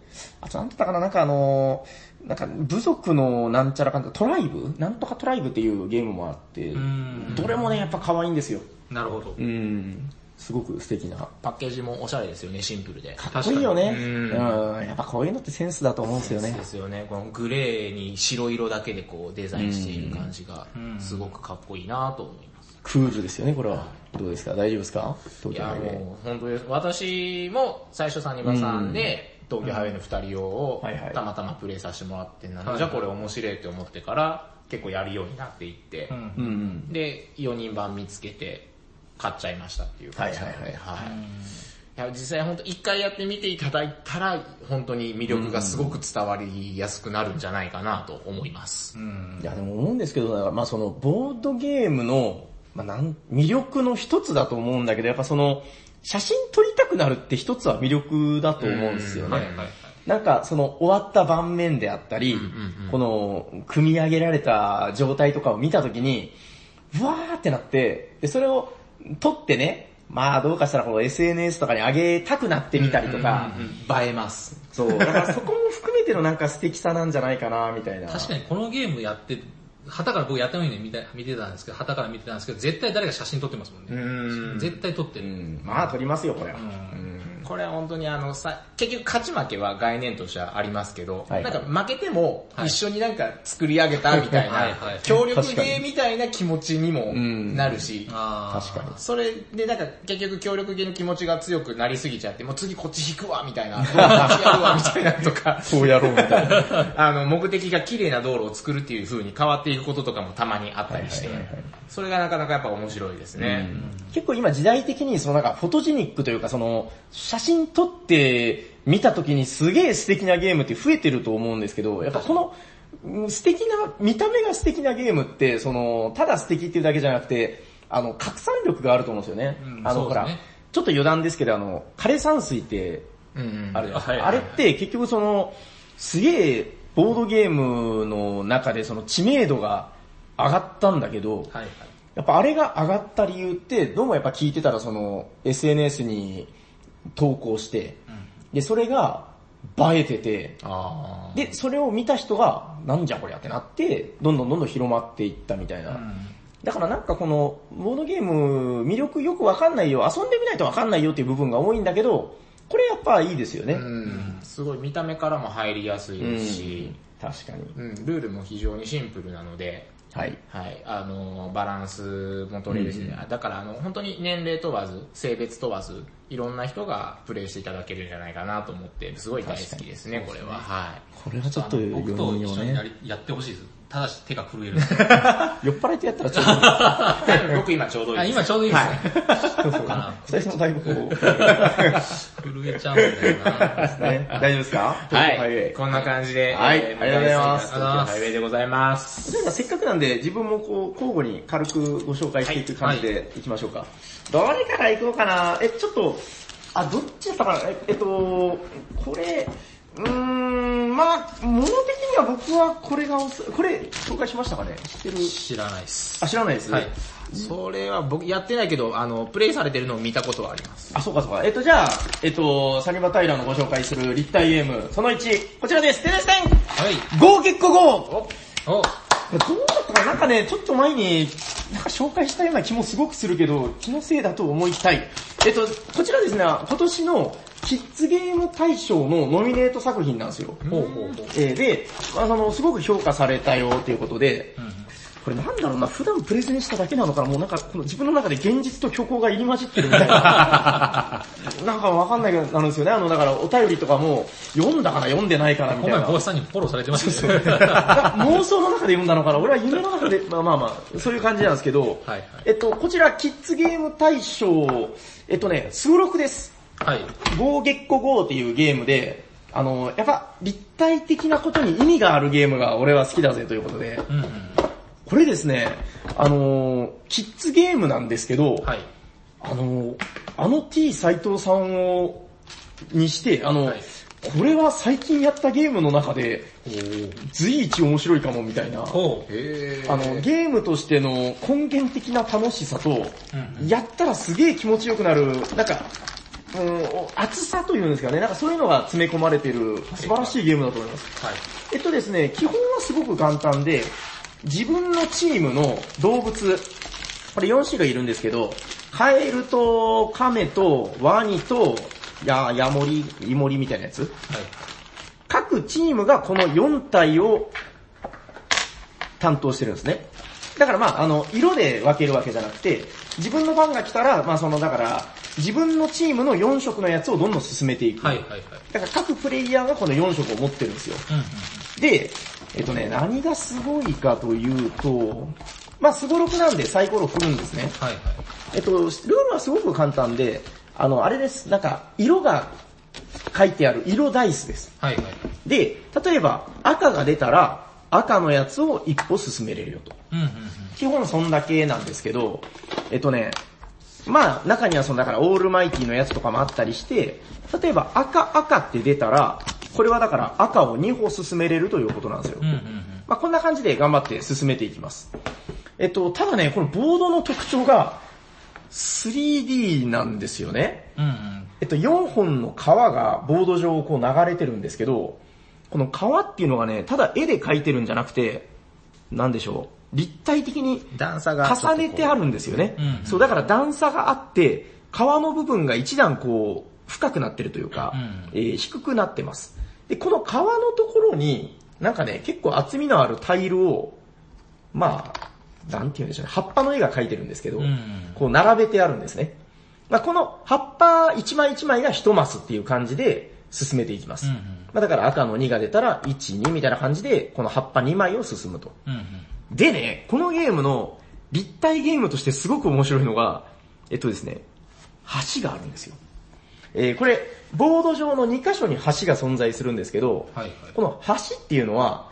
Speaker 2: あとなんだったかななんかあのーなんか部族のなんちゃらかんトライブなんとかトライブっていうゲームもあって
Speaker 1: ん、
Speaker 2: どれもね、やっぱ可愛いんですよ。
Speaker 1: なるほど。
Speaker 2: うん。すごく素敵な。
Speaker 3: パッケージもおしゃれですよね、シンプルで。
Speaker 2: かっこいいよね。
Speaker 3: う
Speaker 2: うん
Speaker 3: ん。
Speaker 2: やっぱこういうのってセンスだと思うんですよね
Speaker 3: で。すよね。このグレーに白色だけでこうデザインしている感じが、すごくかっこいいなと思います。
Speaker 2: クールですよね、これは。どうですか大丈夫ですか東
Speaker 3: い
Speaker 2: 京
Speaker 3: や
Speaker 2: ハイウェイ
Speaker 3: もう本当です。私も最初サニバさんで、東京ハイウェイの二人用を
Speaker 2: はいはい
Speaker 3: たまたまプレイさせてもらって、なん
Speaker 1: は
Speaker 3: だ
Speaker 1: い
Speaker 3: じゃあこれ面白いって思ってから結構やるようになっていって
Speaker 1: う、ん
Speaker 2: うんうん。
Speaker 3: で、4人版見つけて買っちゃいましたっていう感じなの
Speaker 2: はい
Speaker 3: で、
Speaker 2: は
Speaker 3: はい。いや実際本当一回やってみていただいたら本当に魅力がすごく伝わりやすくなるんじゃないかなと思います。
Speaker 2: いやでも思うんですけど、だからまあそのボードゲームの、まあ、なん魅力の一つだと思うんだけど、やっぱその写真撮りたくなるって一つは魅力だと思うんですよね。
Speaker 1: はいはいはい。
Speaker 2: なんかその終わった盤面であったり、この組み上げられた状態とかを見たときに、うわーってなって、でそれを撮ってね、まあどうかしたらこの SNS とかに上げたくなってみたりとか、
Speaker 3: 映えます。
Speaker 2: そう、だからそこも含めてのなんか素敵さなんじゃないかなみたいな。
Speaker 1: 確かにこのゲームやって、旗から僕やったのに見た見てたんですけど、旗から見てたんですけど、絶対誰か写真撮ってますもんね。
Speaker 3: うん
Speaker 1: 絶対撮って
Speaker 2: う
Speaker 1: る。
Speaker 2: ん、まあ撮りますよこれは。
Speaker 3: これは本当にあのさ、結局勝ち負けは概念としてはありますけど、
Speaker 2: はい
Speaker 3: なんか負けても
Speaker 1: はい
Speaker 3: 一緒になんか作り上げたみたい
Speaker 1: はい
Speaker 3: な
Speaker 1: はい、
Speaker 3: 協力ゲーみたいな気持ちにも
Speaker 2: ん
Speaker 3: なるし、
Speaker 1: あー
Speaker 2: 確かに。
Speaker 3: それでなんか結局協力ゲーの気持ちが強くなりすぎちゃって、もう次こっち引くわ
Speaker 2: (laughs)
Speaker 3: みたいな、こっちやるわみたいなとか、
Speaker 2: そうやろうみたいな。
Speaker 3: あの、目的が綺麗な道路を作るっていう風に変わっていくこととかもたまにあったりして
Speaker 2: はいはいはいはい、
Speaker 3: それがなかなかやっぱ面白いですね。
Speaker 2: 結構今時代的にそのなんかフォトジェニックというかその写真撮って見た時にすげえ素敵なゲームって増えてると思うんですけど、やっぱこのうん素敵な、見た目が素敵なゲームってそのただ素敵っていうだけじゃなくて、あの拡散力があると思うんですよね。
Speaker 1: うん
Speaker 2: あ
Speaker 1: そ
Speaker 2: の
Speaker 1: う
Speaker 2: ほ
Speaker 1: ですね
Speaker 2: ら、ちょっと余談ですけどあの枯山水って
Speaker 3: うんうん
Speaker 2: あるじゃないですか
Speaker 1: はい
Speaker 2: あれって結局その、すげえボードゲームの中でその知名度が上がったんだけど、
Speaker 1: はいはい。
Speaker 2: やっぱあれが上がった理由って、どうもやっぱ聞いてたらその SNS に投稿して、で、それが映えてて、
Speaker 3: あー
Speaker 2: で、それを見た人が、なんじゃこりゃってなって、どんどんどんどん広まっていったみたいな。だからなんかこの、ボードゲーム、魅力よくわかんないよ、遊んでみないとわかんないよっていう部分が多いんだけど、これやっぱいいですよね。
Speaker 3: うん、すごい見た目からも入りやすいですし、
Speaker 2: 確かに。
Speaker 3: うん、ルールも非常にシンプルなので、
Speaker 2: はい。
Speaker 3: はい、あの、バランスも取れるし、だからあの、本当に年齢問わず、性別問わず、いろんな人がプレイしていただけるんじゃないかなと思って、すごい大好きですね、これは。はい。
Speaker 2: これはちょっと
Speaker 1: あの僕と一
Speaker 2: を
Speaker 1: 緒にやりやってほしいです。ただし手が震える。
Speaker 2: 酔っ払いてやったらちょ (laughs) っ
Speaker 3: (laughs) 僕今ちょうどいい
Speaker 1: あ
Speaker 3: です。
Speaker 1: 今ちょうどいいですね。そうかな。
Speaker 2: と、最初のだいぶこう、
Speaker 1: 震えちゃうんだよな。
Speaker 2: ね、大丈夫ですか
Speaker 3: はい。こんな感じで、
Speaker 2: はい
Speaker 3: えー
Speaker 2: ありがとうございます
Speaker 3: 向井さんから東京ハイウェイでございます。
Speaker 2: じゃあせっかくなんで自分もこう交互に軽くご紹介していく感じでいきましょうか。どれからいこうかなえ、ちょっと、あ、どっちだったかなええっと、これ、うーん、まあ物的には僕はこれがおす、これ紹介しましたかね知ってる
Speaker 1: 知らないです。
Speaker 2: あ、知らないです、
Speaker 1: はい。
Speaker 3: それは僕やってないけど、あの、プレイされてるのを見たことはあります。
Speaker 2: あ、そうかそうか。えっと、じゃあ、えっと、サニバタイラのご紹介する立体ゲーム、その1、こちらです。テレステン
Speaker 1: はい。
Speaker 2: ゴー結構ゴー
Speaker 3: お
Speaker 1: お、
Speaker 2: どうだったかななんかね、ちょっと前に、なんか紹介したような気もすごくするけど、気のせいだと思いたい。えっと、こちらですね、今年のキッズゲーム大賞のノミネート作品なんですよ。
Speaker 1: ほうほうほう。
Speaker 2: えーで、あの、すごく評価されたよということで、これなんだろうな、普段プレゼンしただけなのかな、もうなんかこの自分の中で現実と虚構が入り混じってるみた
Speaker 1: (laughs)
Speaker 2: いな。なんかわかんないけど、なるんですよね。あの、だからお便りとかも、読んだから読んでないからみ
Speaker 1: 今回、
Speaker 2: たいな。
Speaker 1: 帽子さんにフォローされてましたね。
Speaker 2: 妄想の中で読んだのかな俺は夢の中で、まあまあまあ、そういう感じなんですけど、
Speaker 1: はいはい
Speaker 2: えっと、こちら、キッズゲーム大賞、えっとね、数録です。
Speaker 1: はい。
Speaker 2: ゴーゲッコゴーっていうゲームで、あの、やっぱ、立体的なことに意味があるゲームが俺は好きだぜということで、
Speaker 1: うんうん。
Speaker 2: これですね、あのー、キッズゲームなんですけど、
Speaker 1: はい。
Speaker 2: あのー、あの T 斎藤さんを、にして、あの、
Speaker 1: はい
Speaker 2: これは最近やったゲームの中で、
Speaker 1: おー
Speaker 2: 随一面白いかもみたいな。
Speaker 1: おー
Speaker 3: へ
Speaker 2: あの、ゲームとしての根源的な楽しさと、
Speaker 1: うん
Speaker 2: やったらすげえ気持ちよくなる、なんか、うん、お熱さというんですかね、なんかそういうのが詰め込まれてる素晴らしいゲームだと思います。
Speaker 1: はい。
Speaker 2: えっとですね、基本はすごく簡単で、自分のチームの動物、これ4種類いるんですけど、カエルとカメとワニとやヤモリ、イモリみたいなやつ
Speaker 1: はい。
Speaker 2: 各チームがこの4体を担当してるんですね。だからまああの、色で分けるわけじゃなくて、自分の番が来たら、まあその、だから、自分のチームの4色のやつをどんどん進めていく。
Speaker 1: はいはいはい。
Speaker 2: だから各プレイヤーがこの4色を持ってるんですよ。
Speaker 1: うんうん。
Speaker 2: で、えっとね、何がすごいかというと、まあすごろくなんでサイコロ振るんですね。
Speaker 1: はいはい。
Speaker 2: えっと、ルールはすごく簡単で、あの、あれです、なんか、色が書いてある色ダイスです。
Speaker 1: はいはい。
Speaker 2: で、例えば赤が出たら赤のやつを一歩進めれるよと。
Speaker 1: うんうんうん。
Speaker 2: 基本そんだけなんですけど、えっとね、まあ中にはそのだからオールマイティのやつとかもあったりして、例えば赤赤って出たら、これはだから赤を2歩進めれるということなんですよ。
Speaker 1: うんうんうん。
Speaker 2: まあこんな感じで頑張って進めていきます。えっと、ただね、このボードの特徴が 3D なんですよね。
Speaker 1: うんうん。
Speaker 2: えっと、4本の川がボード上をこう流れてるんですけど、この川っていうのがね、ただ絵で描いてるんじゃなくて、なんでしょう、立体的に
Speaker 3: 段差が
Speaker 2: 重ねてあるんですよね
Speaker 1: うんうん。
Speaker 2: そう、だから段差があって、川の部分が一段こう、深くなってるというか
Speaker 1: うん、
Speaker 2: えー低くなってます。で、この川のところに、なんかね、結構厚みのあるタイルを、まあ、なんて言うんでしょうね、葉っぱの絵が描いてるんですけど、
Speaker 1: うん
Speaker 2: こう並べてあるんですね。まあ、この葉っぱ一枚一枚が一マスっていう感じで進めていきます。
Speaker 1: うんうん
Speaker 2: まあ、だから赤の2が出たら1、2みたいな感じでこの葉っぱ2枚を進むと。
Speaker 1: うんうん。
Speaker 2: でね、このゲームの立体ゲームとしてすごく面白いのが、えっとですね、橋があるんですよ。えーこれ、ボード上の2箇所に橋が存在するんですけど、
Speaker 1: はいはい
Speaker 2: この橋っていうのは、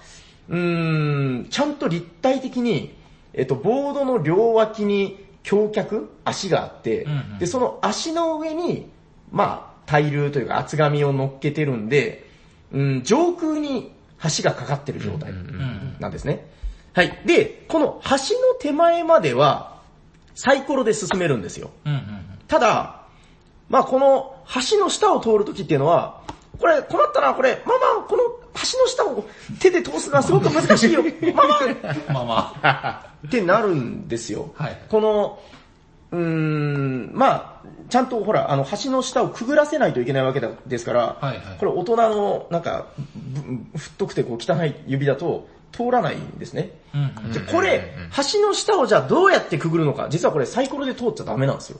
Speaker 2: うーん、ちゃんと立体的に、えっと、ボードの両脇に橋脚、足があって、
Speaker 1: うんうん
Speaker 2: で、その足の上に、まあ、タイルというか厚紙を乗っけてるんで、うん、上空に橋がかかってる状態。
Speaker 1: うんうん。
Speaker 2: なんですね。はい。で、この橋の手前までは、サイコロで進めるんですよ。
Speaker 1: うんうん
Speaker 2: ただ、まあこの橋の下を通るときっていうのは、これ困ったな、これ、ママ、この橋の下を手で通すのはすごく難しいよ、ママっ
Speaker 1: うん。まあまあ。
Speaker 2: てなるんですよ。
Speaker 1: はい
Speaker 2: この、うーん、まあちゃんとほら、あの橋の下をくぐらせないといけないわけだですから、
Speaker 1: はいはい
Speaker 2: これ大人のなんか、ぶ太くてこう汚い指だと通らないんですね。
Speaker 1: うんうん。
Speaker 2: じゃあこれ、橋の下をじゃあどうやってくぐるのか、実はこれサイコロで通っちゃダメなんですよ。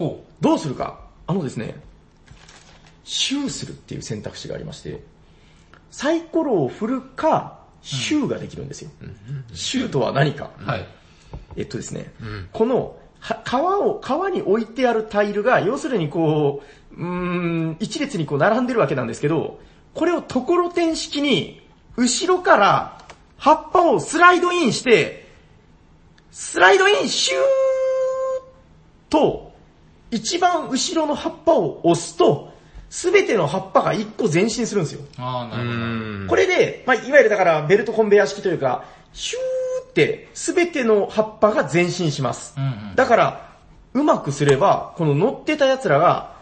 Speaker 1: おう
Speaker 2: どうするか。あのですね、シューするっていう選択肢がありまして、サイコロを振るか、シューができるんですよ。シューとは何か。
Speaker 1: はい。
Speaker 2: えっとですね、この、は川を、川に置いてあるタイルが、要するにこう、うーん、一列にこう並んでるわけなんですけど、これをところてん式に、後ろから葉っぱをスライドインして、スライドインシューと、一番後ろの葉っぱを押すと、すべての葉っぱが一個前進するんですよ。
Speaker 1: ああ、なるほど。
Speaker 2: これで、まあ、いわゆるだからベルトコンベヤー式というか、シューって全ての葉っぱが前進します。
Speaker 1: うんうん
Speaker 2: だから、うまくすれば、この乗ってた奴らが、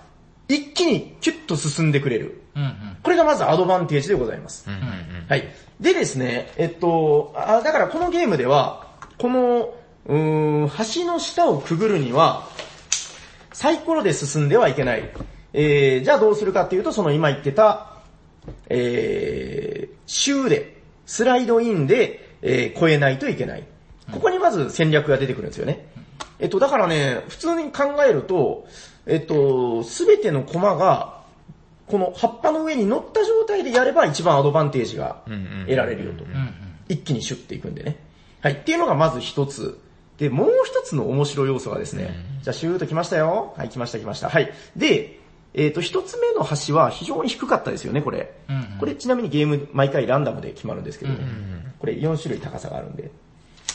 Speaker 2: 一気にキュッと進んでくれる。
Speaker 1: うんうん。
Speaker 2: これがまずアドバンテージでございます。はい。でですね、えっと、あだからこのゲームでは、この、うーん、橋の下をくぐるには、サイコロで進んではいけない。えー、じゃあどうするかっていうと、その今言ってた、えー、週で、スライドインで、えー、超えないといけない。ここにまず戦略が出てくるんですよね。えっと、だからね、普通に考えると、えっと、すべての駒が、この葉っぱの上に乗った状態でやれば一番アドバンテージが得られるよと。
Speaker 1: うんうん。
Speaker 2: 一気にシュッていくんでね。はい。っていうのがまず一つ。で、もう一つの面白い要素がですね、じゃあシュート来ましたよ。はい、来ました来ました。はい。で、えっ、と、一つ目の橋は非常に低かったですよね、これ。
Speaker 1: うんうん
Speaker 2: これちなみにゲーム毎回ランダムで決まるんですけど、これ4種類高さがあるんで。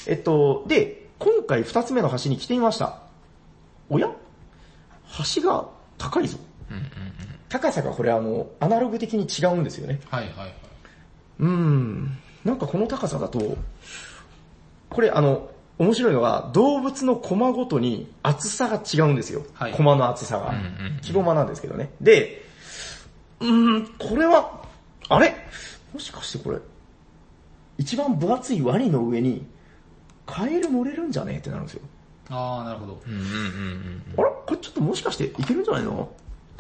Speaker 2: えっと、で、今回二つ目の橋に来てみました。おや橋が高いぞ。高さがこれあの、アナログ的に違うんですよね。
Speaker 1: はいはいはい。
Speaker 2: うーん。なんかこの高さだと、これあの、面白いのが、動物のコマごとに厚さが違うんですよ。
Speaker 1: はい
Speaker 2: コマの厚さが。木駒なんですけどね。で、うーん、これは、あれもしかしてこれ、一番分厚いワニの上に、カエル乗れるんじゃねえってなるんですよ。
Speaker 1: ああ、なるほど。
Speaker 2: あらこれちょっともしかしていけるんじゃないの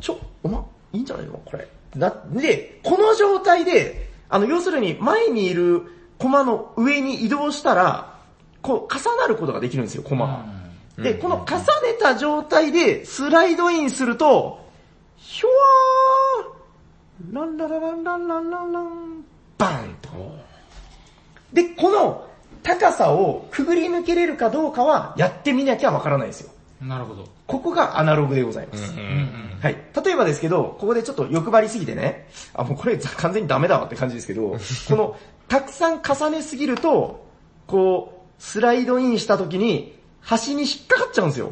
Speaker 2: ちょ、おま、いいんじゃないのこれ。な、で、この状態で、あの、要するに前にいる駒の上に移動したら、こう、重なることができるんですよ、駒が。で、この重ねた状態でスライドインすると、ひょわーランララランランランランラン、バンと。で、この高さをくぐり抜けれるかどうかはやってみなきゃわからないですよ。
Speaker 1: うん。なるほど。
Speaker 2: ここがアナログでございます。
Speaker 1: うんうん。
Speaker 2: はい。例えばですけど、ここでちょっと欲張りすぎてね、あ、もうこれざ完全にダメだわって感じです
Speaker 1: (laughs)
Speaker 2: けど、この、たくさん重ねすぎると、こう、スライドインした時に、端に引っかかっちゃうんですよ。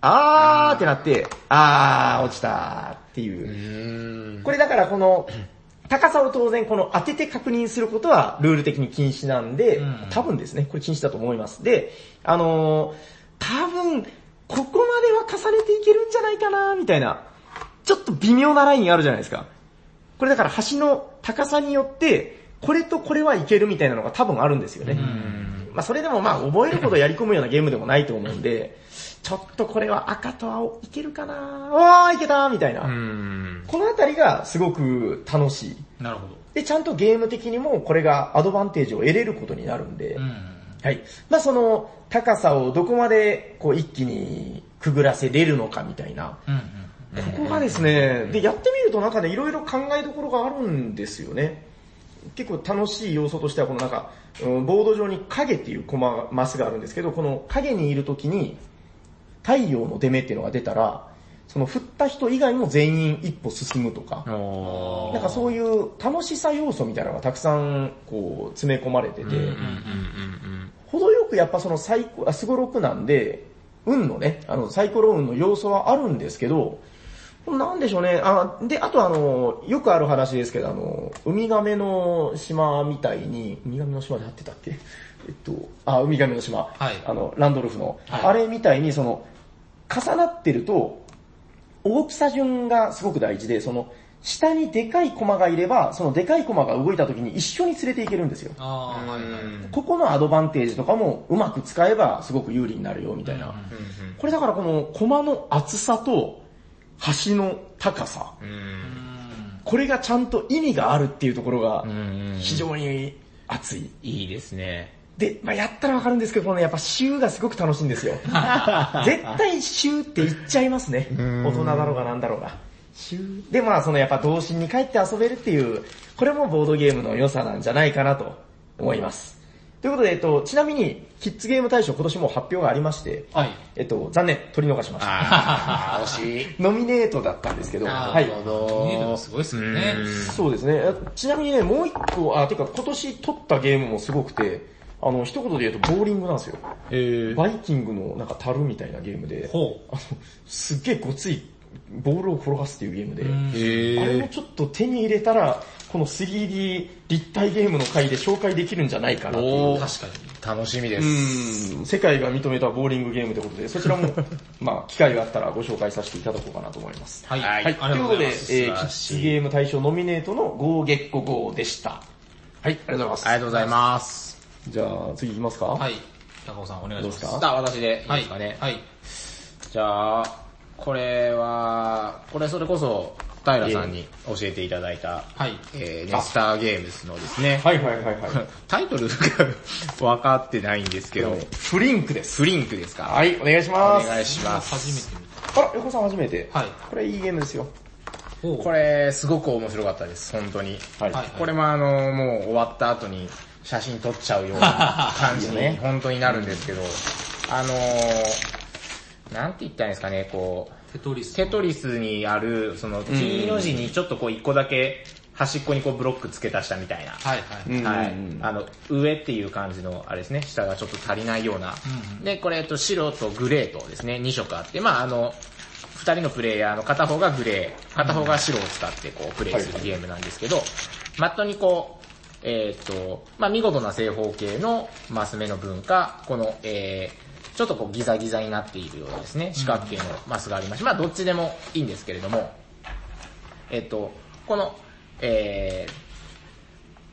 Speaker 2: あーってなって、あー落ちたーっていう。これだからこの、高さを当然この当てて確認することはルール的に禁止なんで、
Speaker 1: うん
Speaker 2: 多分ですね、これ禁止だと思います。で、あのー多分、ここまでは重ねていけるんじゃないかなみたいな、ちょっと微妙なラインあるじゃないですか。これだから橋の高さによって、これとこれはいけるみたいなのが多分あるんですよね。まあそれでもまあ覚えるほどやり込むようなゲームでもないと思うんで、ちょっとこれは赤と青いけるかなわーいけたみたいな。このあたりがすごく楽しい。
Speaker 1: なるほど。
Speaker 2: で、ちゃんとゲーム的にもこれがアドバンテージを得れることになるんで、
Speaker 1: うんうん。
Speaker 2: はい。まあその高さをどこまでこう一気にくぐらせれるのかみたいな。
Speaker 1: うん
Speaker 2: ここがですね、で、やってみるとなんかね、いろいろ考えどころがあるんですよね。結構楽しい要素としては、このなんか、うんボード上に影っていうコマ、マスがあるんですけど、この影にいるときに、太陽の出目っていうのが出たら、その振った人以外も全員一歩進むとか、なんかそういう楽しさ要素みたいなのがたくさんこう詰め込まれてて、程よくやっぱそのサイコ、あスゴロクなんで、運のね、あのサイコロ運の要素はあるんですけど、なんでしょうね。あ、で、あとあの、よくある話ですけど、あの、ウミガメの島みたいに、ウミガメの島で合ってたっけえっと、あ、ウミガメの島。
Speaker 1: はい
Speaker 2: あの、ランドルフの。
Speaker 1: はい
Speaker 2: あれみたいに、その、重なってると、大きさ順がすごく大事で、その、下にでかいコマがいれば、そのでかいコマが動いた時に一緒に連れていけるんですよ。
Speaker 1: ああ、はいはい。
Speaker 2: ここのアドバンテージとかもうまく使えばすごく有利になるよみたいな。これだからこのコマの厚さと橋の高さ、これがちゃんと意味があるっていうところが非常に熱い。
Speaker 3: いいですね。
Speaker 2: で、まあ、やったらわかるんですけど、このね、やっぱ週がすごく楽しいんですよ。絶対週って言っちゃいますね。大人だろうがなんだろうが。週で、まあそのやっぱ童心に帰って遊べるっていう、これもボードゲームの良さなんじゃないかなと思います。ということで、えっと、ちなみに、キッズゲーム大賞今年もう発表がありまして、
Speaker 1: はい。
Speaker 2: えっと、残念、取り逃しました。
Speaker 3: あー、惜しい。
Speaker 2: ノミネートだったんですけど、
Speaker 1: あー
Speaker 2: はい
Speaker 3: な。るほど
Speaker 1: 見えるのすごいっすよね。
Speaker 2: そうですね。あちなみにね、もう一個、あ、てか今年取ったゲームもすごくて、あの、一言で言うとボーリングなんですよ。
Speaker 3: えー、
Speaker 2: バイキングのなんか樽みたいなゲームで、
Speaker 1: ほ
Speaker 2: あの、すっげえごついボールを転がすっていうゲームで、
Speaker 1: ん
Speaker 3: え
Speaker 2: あれ
Speaker 3: ー
Speaker 2: も、ちょっと手に入れたら、この 3D 立体ゲームの回で紹介できるんじゃないかなっていう。
Speaker 1: う。
Speaker 3: おー
Speaker 1: 確かに。
Speaker 3: 楽しみで
Speaker 2: う
Speaker 3: す。
Speaker 2: ん、世界が認めたボーリングゲームということで、そち (laughs) らも、まあ、機会があったらご紹介させていただこうかなと思います。
Speaker 1: はい。
Speaker 3: はい
Speaker 1: あ
Speaker 2: は
Speaker 1: りがと
Speaker 2: い、というう
Speaker 1: ご
Speaker 2: こ
Speaker 1: ざ
Speaker 2: と
Speaker 1: い
Speaker 2: で、え
Speaker 1: ます。
Speaker 2: ー、
Speaker 3: 素晴
Speaker 2: キ
Speaker 3: ら
Speaker 2: ッ
Speaker 3: しい
Speaker 2: ズゲーム大賞ノミネートの5月5号でした。はい、ありがとうございます。
Speaker 3: ありがとうございます。
Speaker 2: じゃあ、次行きますか。
Speaker 1: はいい。高尾さんお願いしま。
Speaker 2: どうですすか
Speaker 3: さあ、私でいい
Speaker 1: は
Speaker 3: で
Speaker 1: い
Speaker 3: すかね。。
Speaker 1: はい。
Speaker 3: じゃあ、これは、これそれこそ、平さんに教えていただいた、
Speaker 1: はい。
Speaker 3: えー、ネスターゲームズのですね、
Speaker 2: はいはいはいはい。
Speaker 3: タイトルが分かってないんですけど、
Speaker 2: フリンクです。
Speaker 3: フリンクですか
Speaker 2: はい、お願いし
Speaker 3: お
Speaker 2: ます。
Speaker 3: 願いします。
Speaker 1: 初めて見
Speaker 2: あら、横尾さん初めて。
Speaker 1: はい
Speaker 2: これいいゲームですよ。
Speaker 1: た。ほう。
Speaker 3: これ、すごく面白かったです、本当に。
Speaker 2: はい
Speaker 1: はい
Speaker 3: これもあの、もう終わった後に写真撮っちゃうような感
Speaker 2: い
Speaker 3: じ
Speaker 2: いよ
Speaker 3: に
Speaker 2: ね
Speaker 3: 本当になるんですけど、あのー、なんて言ったらいいんですかね、こう、
Speaker 1: テトリス。
Speaker 3: テトリスにある、その T の字にちょっとこう一個だけ端っこにこうブロック付け足したみたいな。
Speaker 1: はいはい。
Speaker 2: うん
Speaker 3: はい
Speaker 2: うん。
Speaker 3: あの、上っていう感じの、あれですね、下がちょっと足りないような。で、これ、えっと、白とグレーとですね、2色あって、まああの、2人のプレイヤーの片方がグレー、片方が白を使ってこう、プレイするゲームなんですけど、マットにこう、えーっと、まあ見事な正方形のマス目の分か、この、えー、ちょっとこうギザギザになっているようなですね、四角形のマスがありまして、まあどっちでもいいんですけれども、えっと、この、え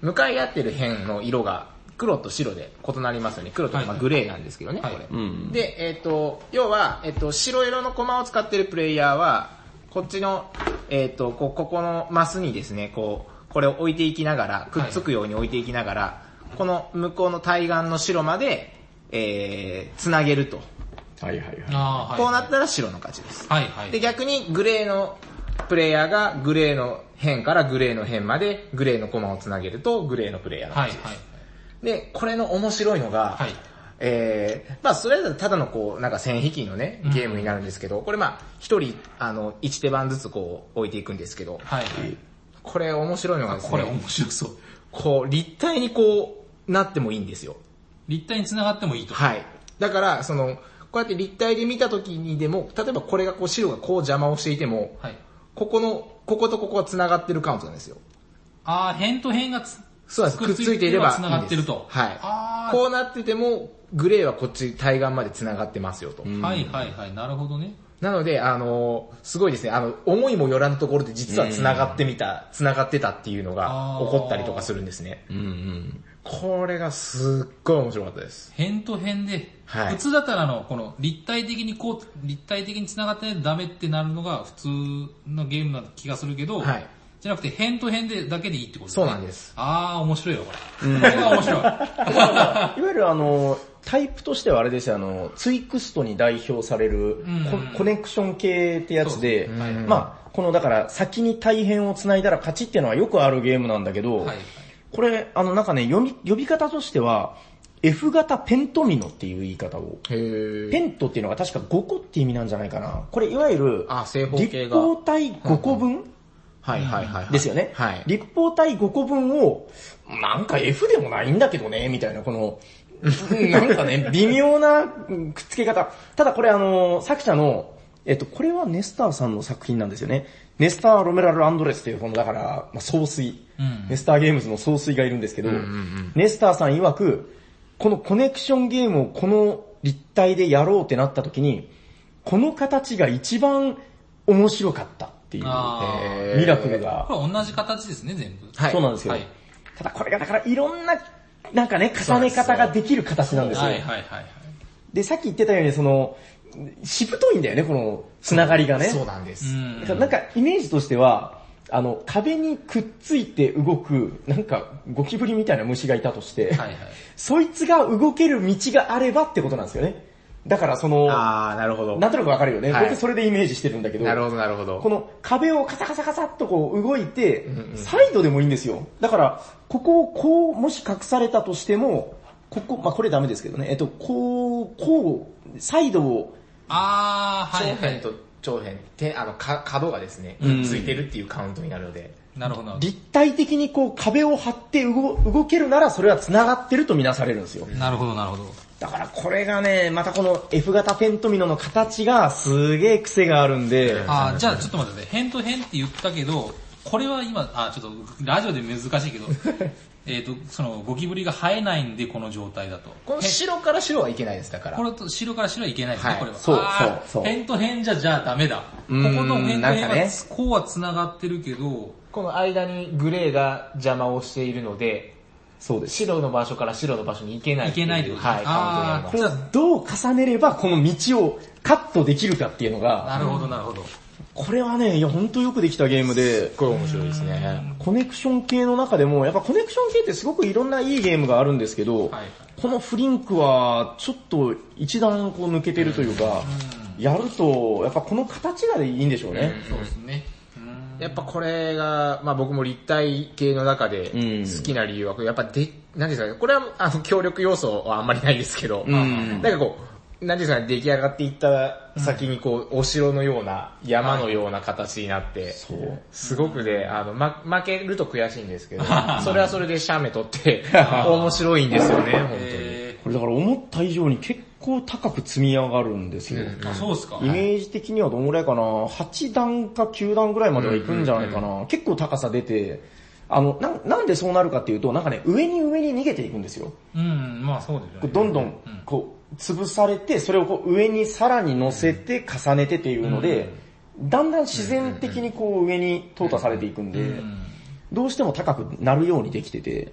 Speaker 3: ー、向かい合ってる辺の色が黒と白で異なりますよね。黒と
Speaker 1: はい
Speaker 3: まあグレーなんですけどね、
Speaker 1: はい
Speaker 3: これ。
Speaker 2: うん
Speaker 3: で、えっ、と、要は、えっ、と、白色のコマを使ってるプレイヤーは、こっちの、えっ、と、こう、ここのマスにですね、こう、これを置いていきながら、くっつくように置いていきながら、この向こうの対岸の白まで、えー、つなげると。
Speaker 2: はいはいはい。
Speaker 1: ああ、はい。
Speaker 3: こうなったら白の勝ちです。
Speaker 1: はいはい。
Speaker 3: で、逆にグレーのプレイヤーがグレーの辺からグレーの辺までグレーのコマをつなげるとグレーのプレイヤーの
Speaker 1: はい
Speaker 3: 勝ち
Speaker 1: は
Speaker 3: で
Speaker 1: い
Speaker 3: す。。で、これの面白いのが、
Speaker 1: はい
Speaker 3: えー、まあそれだとただのこう、なんか線引きのね、ゲームになるんですけど、これまあ一人、あの、一手番ずつこう置いていくんですけど、
Speaker 1: はい。
Speaker 3: これ面白いのがですね、
Speaker 1: これ面白そう。
Speaker 3: こう、立体にこう、なってもいいんですよ。
Speaker 1: 立体に繋がってもいいと。
Speaker 3: はい。だから、その、こうやって立体で見た時にでも、例えばこれがこう白がこう邪魔をしていても、
Speaker 1: はい。
Speaker 3: ここの、こことここが繋がってるカウントなんですよ。
Speaker 1: ああ、辺と辺がつ、
Speaker 3: そうなんです。
Speaker 1: く
Speaker 3: く
Speaker 1: っ
Speaker 3: っ
Speaker 1: つい
Speaker 3: つ
Speaker 1: て
Speaker 3: いていればいいんです。
Speaker 1: 繋がってるとあ
Speaker 3: は
Speaker 1: ー
Speaker 3: い。こうなってても、グレーはこっち対岸まで繋がってますよと。
Speaker 1: はいはいはい。なるほどね。
Speaker 3: なので、あの、すごいですね、あの、思いもよらぬところで実は繋がってみた、繋がってたっていうのが
Speaker 1: あー
Speaker 3: 起こったりとかするんですね。
Speaker 2: うんうん。
Speaker 3: これがすっごい面白かったです。
Speaker 1: 辺と辺で、
Speaker 3: はい
Speaker 1: 普通だったらあの、この立体的にこう、立体的に繋がってないとダメってなるのが普通のゲームな気がするけど、
Speaker 3: はい
Speaker 1: じゃなくて辺と辺でだけでいいってこと
Speaker 3: そうなんです。
Speaker 1: ああ、面白いよ、これ。これは面白い。
Speaker 2: いわゆるあの、タイプとしてはあれですよ、あの、ツイクストに代表されるコ
Speaker 1: うん
Speaker 2: コネクション系ってやつで、
Speaker 1: そうですねはい
Speaker 2: まあ、このだから先に大変を繋いだら勝ちっていうのはよくあるゲームなんだけど、
Speaker 1: はい。
Speaker 2: これ、あの、なんかね、呼び、呼び方としては、F 型ペントミノっていう言い方を。
Speaker 3: へー
Speaker 2: ペントっていうのが確か5個って意味なんじゃないかな。これ、いわゆる、
Speaker 3: あ正方形
Speaker 2: 立
Speaker 3: が
Speaker 2: 方体5個分
Speaker 3: はいはいはいはい。
Speaker 2: ですよね。
Speaker 3: はい。
Speaker 2: 立方体5個分を、なんか F でもないんだけどね、みたいな、この、
Speaker 3: (laughs)
Speaker 2: なんかね、微妙なうんくっつけ方。ただこれあの、作者の、えっと、これはネスターさんの作品なんですよね。ネスター・ロメラル・アンドレスという、この、だから、まあ、総帥、
Speaker 1: うん
Speaker 2: ネスターゲームズの総帥がいるんですけど、
Speaker 3: うんうんうん
Speaker 2: ネスターさん曰く、このコネクションゲームをこの立体でやろうってなった時に、この形が一番面白かったっていう、
Speaker 1: あー
Speaker 2: えーミラクルが
Speaker 1: これ同じ形ですね、全部。
Speaker 3: はい
Speaker 2: そうなんですよ。
Speaker 1: はい
Speaker 2: ただこれがだからいろんな、なんかね、重ね方ができる形なんですよ。
Speaker 1: は
Speaker 2: で
Speaker 1: いはいはい。
Speaker 2: さっき言ってたように、その、しぶといんだよね、この、つながりがね。
Speaker 3: そうなんです。
Speaker 1: うん
Speaker 2: なんかイメージとしては、あの、壁にくっついて動く、なんかゴキブリみたいな虫がいたとして、
Speaker 1: はいはい。
Speaker 2: そいつが動ける道があればってことなんですよね。だからその、な
Speaker 3: あー、なるほど。
Speaker 2: んとなくわかるよね。
Speaker 3: はい
Speaker 2: 僕それでイメージしてるんだけど。
Speaker 3: なるほど、なるほど
Speaker 2: こ。の壁をカサカサカサっとこう動いて、サイドでもいいんですよ。だから、ここをこう、もし隠されたとしても、ここ、まあこれダメですけどね、えっと、こう、こう、サイドを、
Speaker 1: あー、
Speaker 3: 長
Speaker 1: はいは
Speaker 3: 辺
Speaker 1: い。
Speaker 3: と長辺って、あの、か角がですね、
Speaker 2: うん
Speaker 3: ついてるっていうカウントになるので。
Speaker 1: なるほど。
Speaker 2: 立体的にこう壁を張って動動けるならそれは繋がってるとみなされるんですよ。
Speaker 1: なるほどなるほど。
Speaker 2: だからこれがね、またこの F 型テントミノの形がすげえ癖があるんで、
Speaker 1: あー、じゃあちょっと待ってね。変と変って言ったけど、これは今、あー、ちょっと、ラジオで難しいけど、えっと、その、ゴキブリが生えないんで、この状態だと。
Speaker 3: この白から白はいけないです、だから。
Speaker 1: これと白から白はいけないですね、
Speaker 3: はい
Speaker 1: これは。
Speaker 2: そう
Speaker 1: あー
Speaker 2: そうそう
Speaker 1: 辺と辺じゃ、じゃあダメだ。ここ
Speaker 2: うん
Speaker 1: の辺と
Speaker 2: なん
Speaker 1: 辺
Speaker 2: か
Speaker 1: は、
Speaker 2: ね
Speaker 1: こうは繋がってるけど、
Speaker 3: この間にグレーが邪魔をしているので、
Speaker 2: そうです。
Speaker 3: 白の場所から白の場所に行けないってう。
Speaker 1: 行けないってこと
Speaker 3: はい、カウン
Speaker 1: あー
Speaker 3: ト
Speaker 2: こ
Speaker 3: に
Speaker 2: れ
Speaker 3: なります。
Speaker 2: はどう重ねればこの道をカットできるかっていうのが、
Speaker 1: なるほどなるほど。
Speaker 2: これはね、いや本当よくできたゲームで、
Speaker 3: これ面白いですね。
Speaker 2: コネクション系の中でも、やっぱコネクション系ってすごくいろんないいゲームがあるんですけど、
Speaker 1: はい
Speaker 2: このフリンクはちょっと一段こう抜けてるというか、やると、やっぱこの形がいいんでしょうね。
Speaker 1: そうですね。
Speaker 3: やっぱこれが、まあ僕も立体系の中で
Speaker 2: ん
Speaker 3: 好きな理由は、やっぱで、何ですかね、これはあの協力要素はあんまりないですけど、なんかこう、何ですかね、出来上がっていった先にこう、お城のような、山のような形になって、
Speaker 2: そう。
Speaker 3: すごくね、あの、ま、負けると悔しいんですけど、それはそれでシャメ取 (laughs) って、面白いんですよね、本当に。
Speaker 1: え
Speaker 2: これだから思った以上に結構高く積み上がるんですよ。
Speaker 1: ー、あ、そうですか。
Speaker 2: イメージ的にはどんぐらいかな、8段か9段ぐらいまではいくんじゃないかな。結構高さ出て、あの、なんなんでそうなるかっていうと、なんかね、上に上に逃げていくんですよ。
Speaker 1: うん、まあそうですよ
Speaker 2: こう
Speaker 1: ね。
Speaker 2: どんどん、こう、潰されて、それをこう上にさらに乗せて重ねてっていうので、だんだん自然的にこう上に淘汰されていくんで、どうしても高くなるようにできてて、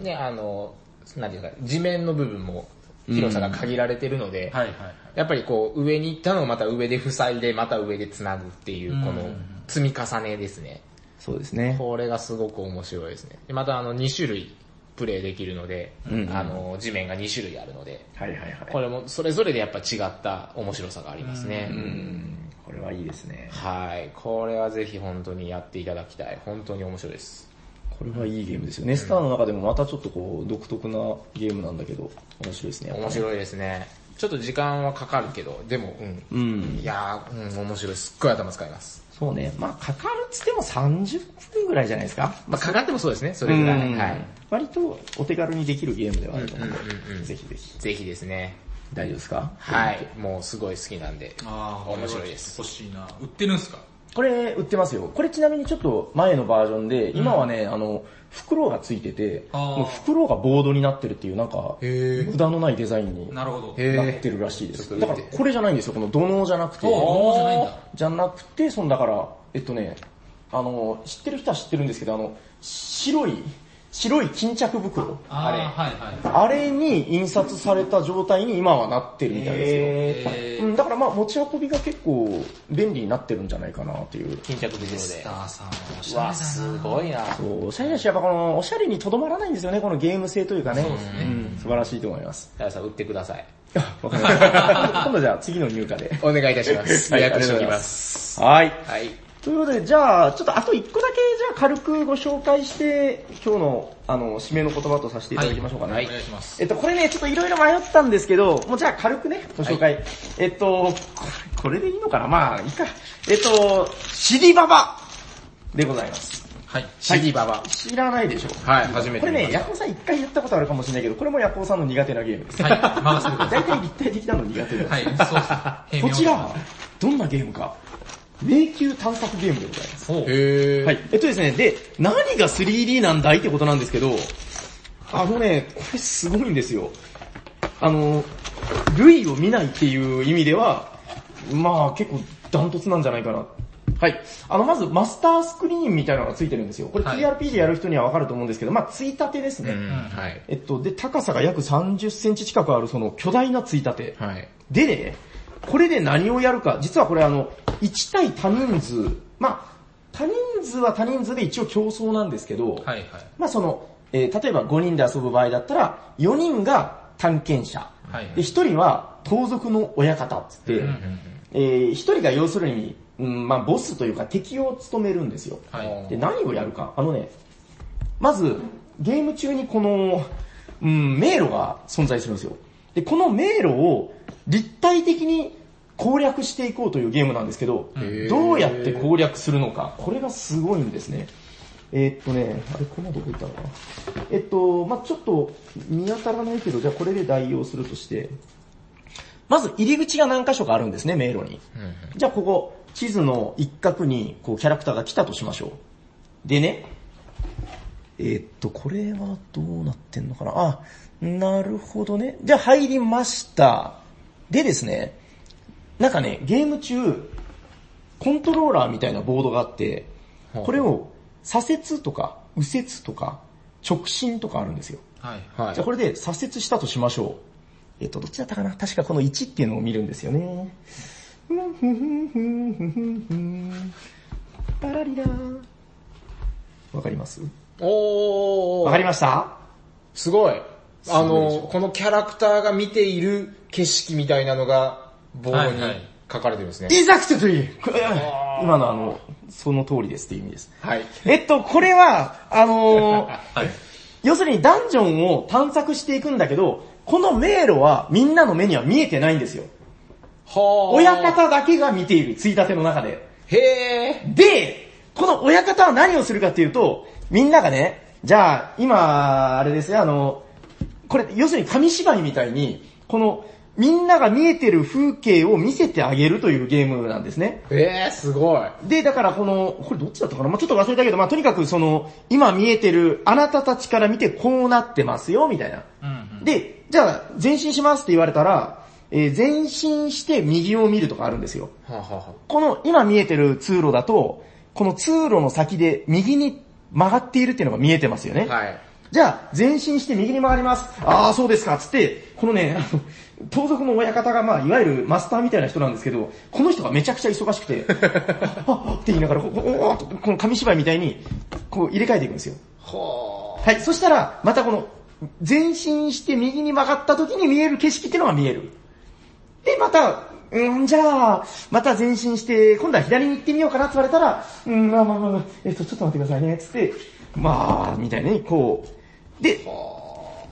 Speaker 3: ね、あの、なんていうか、地面の部分も広さが限られてるので、
Speaker 1: はいはいはい。
Speaker 3: やっぱりこう、上に行ったのをまた上で塞いで、また上で繋ぐっていう、この積み重ねですね。
Speaker 2: そうですね。
Speaker 3: これがすごく面白いですね。でまたあの、2種類プレイできるので、
Speaker 2: うん
Speaker 3: あの、地面が2種類あるので、
Speaker 2: はいはいはい。
Speaker 3: これもそれぞれでやっぱ違った面白さがありますね。
Speaker 2: うんこれはいいですね。
Speaker 3: はい。これはぜひ本当にやっていただきたい。本当に面白いです。
Speaker 2: これはいいゲームですよね。スターの中でもまたちょっとこう、独特なゲームなんだけど、面白いですね。
Speaker 3: 面白いですね。ちょっと時間はかかるけど、でも、うん。
Speaker 2: うん。
Speaker 3: いやー、うん、面白い。すっごい頭使います。
Speaker 2: そうね。まあかかるっつっても30分ぐらいじゃないですか。
Speaker 3: まあ、かかってもそうですね、それぐらい。
Speaker 2: うん
Speaker 3: はい。
Speaker 2: 割とお手軽にできるゲームではあると思うの
Speaker 3: うんうんうんう
Speaker 2: で、
Speaker 3: ん
Speaker 2: ぜひぜひ。
Speaker 3: ぜひですね。
Speaker 2: 大丈夫ですか
Speaker 3: はい。もうすごい好きなんで、
Speaker 1: あー
Speaker 3: 面白いです。
Speaker 1: 欲しいな。売ってるんすか
Speaker 2: これ売ってますよ。これちなみにちょっと前のバージョンで、今はね、あの、袋がついてて、
Speaker 1: あー
Speaker 2: もう袋がボードになってるっていうなんか、
Speaker 3: へー
Speaker 2: 無駄のないデザインにな
Speaker 1: なるほど。
Speaker 3: へー
Speaker 2: ってるらしいで
Speaker 3: ちょ
Speaker 2: す。
Speaker 3: っ
Speaker 2: だ
Speaker 3: と
Speaker 2: か
Speaker 3: 見
Speaker 2: ら
Speaker 3: て
Speaker 2: これじゃないんですよ。この土のうじゃなくて。
Speaker 1: おーじゃないんだ。
Speaker 2: じゃなくて、そのだから、えっとね、あの、知ってる人は知ってるんですけど、あの、白い、白い巾着袋。
Speaker 1: あれはいはい。
Speaker 2: あれに印刷された状態に今はなってるみたいですよ。
Speaker 1: え
Speaker 2: うん、だからまあ持ち運びが結構便利になってるんじゃないかなっていう。
Speaker 3: 巾着ビデ
Speaker 1: ー、スタ
Speaker 3: オ
Speaker 1: ーさんはおし
Speaker 3: で。
Speaker 1: ゃれだ
Speaker 3: わ
Speaker 1: な
Speaker 3: あ、すごいな。
Speaker 2: そう、おしゃれだし、やっぱこの、おしゃれにとどまらないんですよね、このゲーム性というかね。うん素晴らしいと思います。
Speaker 3: 皆さん、売ってください。
Speaker 2: わかりました。 (laughs) 今度じゃあ次の入荷で。
Speaker 3: お願いいたします。
Speaker 2: は
Speaker 3: 予
Speaker 2: い
Speaker 3: 約しておきます。
Speaker 2: す。はい。
Speaker 3: はい。
Speaker 2: ということで、じゃあ、ちょっとあと1個だけ、じゃあ軽くご紹介して、今日の、あの、締めの言葉とさせていただきましょうかね。
Speaker 1: お願いします。
Speaker 2: えっと、これね、ちょっといろいろ迷ったんですけど、もうじゃあ軽くね、ご紹介。えっと、ここれでいいのかなまあ、いいか。えっと、シリババでございます。
Speaker 1: はい。
Speaker 3: CD ババ。
Speaker 2: 知らないでしょ
Speaker 3: はい、初め
Speaker 2: こ
Speaker 3: て
Speaker 2: れ
Speaker 3: 見
Speaker 2: ね、
Speaker 3: まし
Speaker 2: ヤコさん一回言ったことあるかもしれないけど、これもヤコさんの苦手なゲームです。
Speaker 1: はい、任せてください。
Speaker 2: 大体立体的なの苦手です。
Speaker 1: はい、そうそう。
Speaker 2: こちら、どんなゲームか、迷宮探索ゲームでございます。
Speaker 1: そう。
Speaker 3: へ
Speaker 2: はい。えっとですね、で、何が 3D なんだいってことなんですけど、あのね、これすごいんですよ。あの、類を見ないっていう意味では、まあ結構ダントツなんじゃないかな。はい。あの、まずマスタースクリーンみたいなのがついてるんですよ。これ
Speaker 1: はい
Speaker 2: TRP でやる人にはわかると思うんですけど、まあついたてですね。
Speaker 3: うん、はい。
Speaker 2: えっと、で、高さが約30センチ近くあるその巨大なついたて。
Speaker 3: はい。
Speaker 2: でね、これで何をやるか、実はこれあの、1対多人数、まあ、多人数は多人数で一応競争なんですけど、
Speaker 1: はいはい。
Speaker 2: まあその、えー例えば5人で遊ぶ場合だったら、4人が探検者、
Speaker 1: はい
Speaker 2: で、1人は盗賊の親方っつって、
Speaker 1: うんうん
Speaker 2: えー1人が要するに、うん、まあボスというか敵を務めるんですよ。
Speaker 1: はい。
Speaker 3: あ
Speaker 2: で、何をやるか。あのね、まず、ゲーム中にこの、うん、迷路が存在するんですよ。で、この迷路を立体的に攻略していこうというゲームなんですけど
Speaker 3: へー、
Speaker 2: どうやって攻略するのか、これがすごいんですね。えーっとね、あれ、こんなとこ行ったのかな。えっと、まあちょっと見当たらないけど、じゃあこれで代用するとして、まず入り口が何箇所かあるんですね、迷路に。じゃあここ、地図の一角にこうキャラクターが来たとしましょう。でね、えーっと、これはどうなってんのかなあ、なるほどね。じゃあ入りました。でですね、なんかね、ゲーム中、コントローラーみたいなボードがあって、
Speaker 3: ほう
Speaker 2: これを左折とか右折とか直進とかあるんですよ。
Speaker 1: はい。
Speaker 3: はい。
Speaker 2: じゃあこれで左折したとしましょう。えっと、どっちだったかな確かこの1っていうのを見るんですよね。ふんふんふんふんふんふんパラリラー。わかります
Speaker 3: お
Speaker 2: わ
Speaker 3: ー
Speaker 2: かりました
Speaker 3: すごい。あ
Speaker 2: すごいでし
Speaker 3: の、このキャラクターが見ている景色みたいなのが、ボードに
Speaker 1: はいはい
Speaker 3: 書かれてるんですね。
Speaker 2: イザクトゥリー今のあの、その通りですっていう意味です。
Speaker 3: はい。
Speaker 2: えっと、これは、あの (laughs) ー
Speaker 1: はい。
Speaker 2: 要するにダンジョンを探索していくんだけど、この迷路はみんなの目には見えてないんですよ。
Speaker 3: はあ。
Speaker 2: 親方だけが見ている、ついたての中で。
Speaker 3: へー。
Speaker 2: で、この親方は何をするかっていうと、みんながね、じゃあ、今、あれですね、あの、これ、要するに紙芝居みたいに、この、みんなが見えてる風景を見せてあげるというゲームなんですね。
Speaker 3: えー、すごい。
Speaker 2: で、だからこの、これどっちだったかなまあ、ちょっと忘れたけど、まあ、とにかくその、今見えてる、あなたたちから見てこうなってますよ、みたいな。
Speaker 1: うんうん。
Speaker 2: で、じゃあ、前進しますって言われたら、えー前進して右を見るとかあるんですよ。
Speaker 3: はあ、はあは
Speaker 2: この今見えてる通路だと、この通路の先で右に曲がっているっていうのが見えてますよね。
Speaker 3: あ、はい。
Speaker 2: じゃあ、前進して右に曲がります。ああ、そうですか、つって、このね、あの、盗賊の親方が、まあ、いわゆるマスターみたいな人なんですけど、この人がめちゃくちゃ忙し
Speaker 3: (laughs)
Speaker 2: くて、ああ、って言いながら、ここおーっとこの紙芝居みたいに、こう入れ替えていくんですよ。
Speaker 3: は
Speaker 2: はい、そしたら、またこの、前進して右に曲がった時に見える景色っていうのが見える。で、また、うん、じゃあ、また前進して、今度は左に行ってみようかなって言われたら、うん、まあまあまあまあ、えっと、ちょっと待ってくださいね、つって、まあ、みたいに、こう。で、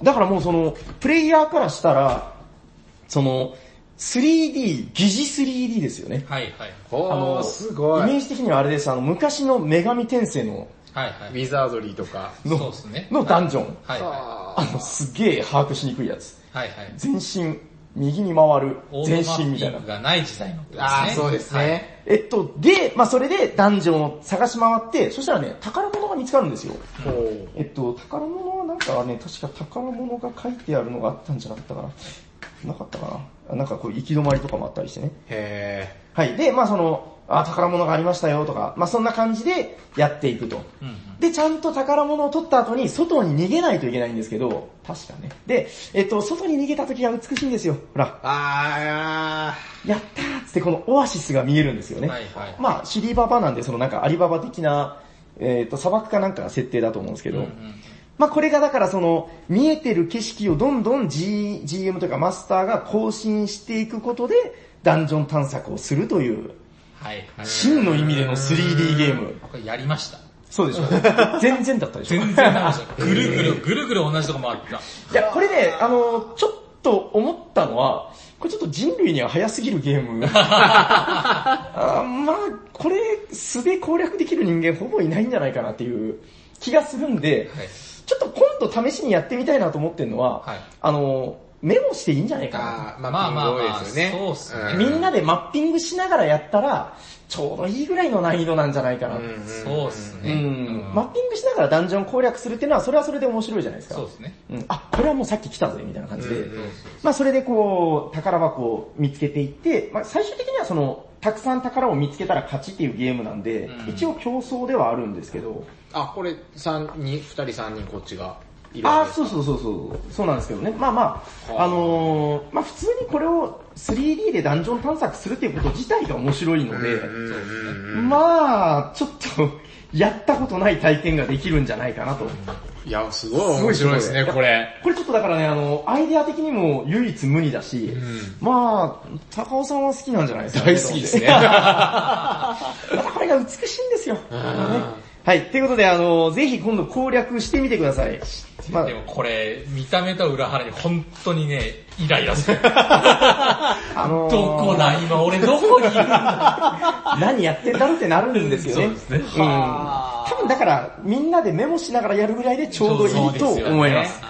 Speaker 2: だからもうその、プレイヤーからしたら、その、3D、疑似 3D ですよね。
Speaker 1: はいはい。
Speaker 3: あ。はあ、すご
Speaker 2: イメ
Speaker 3: い。
Speaker 2: ージ的にはあれです、あの、昔の女神転生の、
Speaker 1: はい
Speaker 3: ウ
Speaker 1: はい。
Speaker 3: ィザードリーとか。
Speaker 1: そうですね。
Speaker 2: のダンジョン。
Speaker 1: はいは
Speaker 3: は
Speaker 2: あの、すげえ把握しにくいやつ。
Speaker 1: い。はいはい。
Speaker 2: 全身、右に回る、
Speaker 1: オー
Speaker 2: 全
Speaker 1: バ
Speaker 2: 身みたい
Speaker 1: ー
Speaker 2: な
Speaker 1: ピン。がない時代のことですね。
Speaker 3: あー、そうですね。
Speaker 2: えっと、で、まあそれでダンジョンを探し回って、そしたらね、宝物が見つかるんですよ。
Speaker 3: ほう。
Speaker 2: えっと、宝物はなんかね、確か宝物が書いてあるのがあったんじゃなかったかな。なかったかな。あなんかこう行き止まりとかもあったりしてね。
Speaker 3: へ
Speaker 2: はい。で、まあその、あ、宝物がありましたよとか、まあそんな感じでやっていくと。
Speaker 1: うんうん。
Speaker 2: で、ちゃんと宝物を取った後に外に逃げないといけないんですけど、確かね。で、えっと、外に逃げた時が美しいんですよ。ほら
Speaker 3: ー。、あ
Speaker 2: やったーっつってこのオアシスが見えるんですよね。
Speaker 1: はいはい
Speaker 2: まあ、シリババなんで、そのなんかアリババ的な、えっ、と、砂漠かなんかが設定だと思うんですけど、
Speaker 1: うんうん
Speaker 2: まあこれがだからその、見えてる景色をどんどん、G、GM というかマスターが更新していくことで、ダンジョン探索をするという、
Speaker 1: はいはい。
Speaker 2: 真の意味での 3D ゲーム。
Speaker 1: これやりました。
Speaker 2: そうでしょ (laughs) 全然だったでしょ
Speaker 1: 全然ダメでした。ぐるぐる、ぐるぐる同じとこ回ってた。
Speaker 2: いや、これね、あの、ちょっと思ったのは、これちょっと人類には早すぎるゲーム。あーまあ、これ、素で攻略できる人間ほぼいないんじゃないかなっていう気がするんで、
Speaker 1: はい
Speaker 2: ちょっと今度試しにやってみたいなと思ってるのは、
Speaker 1: はい
Speaker 2: あの、メモしていいんじゃないかな。
Speaker 3: あーまあ
Speaker 1: まあまあまあ
Speaker 3: ピンク多いですよね。
Speaker 1: そうっすね
Speaker 3: ん
Speaker 2: みんなでマッピングしながらやったら、ちょうどいいぐらいの難易度なんじゃないかな。うん。
Speaker 1: そうっすね。うん
Speaker 2: マッピングしながらダンジョン攻略するっていうのは、それはそれで面白いじゃないですか。
Speaker 1: そうっすね。
Speaker 2: うん、あ、これはもうさっき来たぜ、みたいな感じで。
Speaker 3: うんうん
Speaker 2: まあ、それでこう、宝箱を見つけていって、まあ、最終的にはその、たくさん宝を見つけたら勝ちっていうゲームなんで、
Speaker 1: うん
Speaker 2: 一応競争ではあるんですけど、
Speaker 3: あ、これ、三人、二人三人こっちがいる
Speaker 2: あ
Speaker 3: わ
Speaker 2: あ、
Speaker 3: けです
Speaker 2: そうそうそうそう、そうなんですけどね。まあま
Speaker 3: は
Speaker 2: あ、
Speaker 3: あ
Speaker 2: あのーまあ普通にこれを 3D でダンジョン探索するっていうこと自体が面白いので、
Speaker 3: うんうんうん
Speaker 2: まあ、ちょっと、やったことない体験ができるんじゃないかなと。
Speaker 3: いや、すごい面白いですね、
Speaker 2: すごい
Speaker 3: これ。
Speaker 2: これちょっとだからね、あの、アイデア的にも唯一無二だし、まあ、高尾さんは好きなんじゃないですか、
Speaker 3: 大好きですね。
Speaker 2: これが美しいんですよ。はい、ということで、あの、ぜひ今度攻略してみてください。まあ
Speaker 1: でもこれ、見た目と裏腹に本当にね、イライラす
Speaker 2: (laughs)
Speaker 1: る。
Speaker 2: あのー
Speaker 1: どこだ今俺どこにいるんだ
Speaker 2: 何やってんだろうってなるんですよね。
Speaker 1: そうですね
Speaker 2: ん。多分だから、みんなでメモしながらやるぐらいでちょうどいいと思います。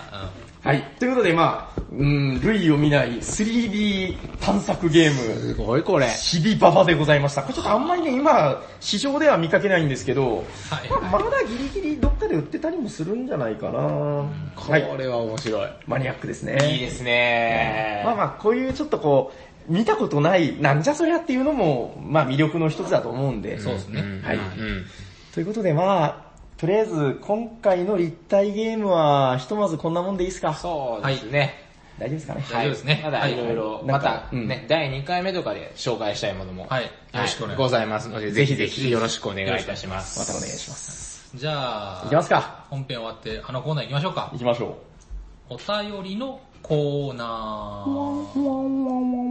Speaker 2: はい。ということで、まあ、うん、類を見ない 3D 探索ゲーム、
Speaker 3: すごいこれ。
Speaker 2: 日々ババでございました。これちょっとあんまりね、今、市場では見かけないんですけど、
Speaker 1: はい
Speaker 2: まあまだギリギリどっかで売ってたりもするんじゃないかな。
Speaker 3: こ
Speaker 2: はい。
Speaker 3: れは面白い。
Speaker 2: マニアックですね。
Speaker 3: いいですね
Speaker 2: まあまあ、こういうちょっとこう、見たことない、なんじゃそりゃっていうのも、まあ魅力の一つだと思うんで。
Speaker 1: そうですね。
Speaker 2: はい
Speaker 3: うん
Speaker 2: ということでまあ、とりあえず今回の立体ゲームは、ひとまずこんなもんでいいですか
Speaker 3: そうですね。
Speaker 2: 大丈夫ですかね
Speaker 1: 大丈夫ですね
Speaker 3: まだ
Speaker 1: はい
Speaker 3: いろいろ、
Speaker 2: なん
Speaker 3: ま
Speaker 2: か
Speaker 3: た
Speaker 2: うん
Speaker 3: ね、第2回目とかで紹介したいものも。
Speaker 1: はいよろしくお願いします
Speaker 3: ございますので、ぜひぜひよろしくお願いいたしま
Speaker 2: またお
Speaker 3: す。
Speaker 2: 願いします。
Speaker 1: じゃあ、
Speaker 2: いきますか
Speaker 1: 本編終わってあのコーナー行きましょうか
Speaker 2: 行。きましょ
Speaker 1: お便りのコーナー。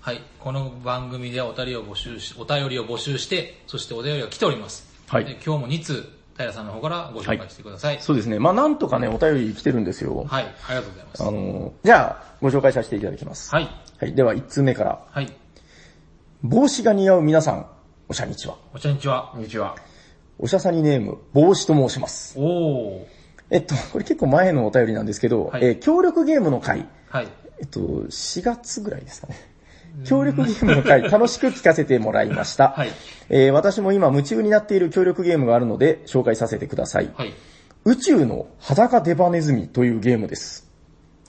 Speaker 1: はい、この番組ではお便りを募集し、お便りを募集して、そしてお便りが来ております。
Speaker 2: はい
Speaker 1: で今日も2通、平さんの方からご紹介してください。
Speaker 2: う。そうですね。まあなんとかね、お便り来てるんですよ。
Speaker 1: はい、ありがとうございます。
Speaker 2: あの、じゃあ、ご紹介させていただきます。
Speaker 1: はい、
Speaker 2: はい。では、1通目から。
Speaker 1: はい、
Speaker 2: 帽子が似合う皆さん、おしゃにちは。
Speaker 1: お茶にちは
Speaker 3: こ。んにちは。
Speaker 2: おしゃさにネーム、帽子と申します。
Speaker 1: おー、
Speaker 2: えっと、これ結構前のお便りなんですけど、
Speaker 1: はい
Speaker 2: えー協力ゲームの回、
Speaker 1: はい、
Speaker 2: えっと、4月ぐらいですかね。協力ゲームの回、楽しく聞かせてもらいました。
Speaker 1: はい
Speaker 2: えー私も今夢中になっている協力ゲームがあるので、紹介させてください。
Speaker 1: はい。
Speaker 2: 宇宙の裸デバネズミというゲームです。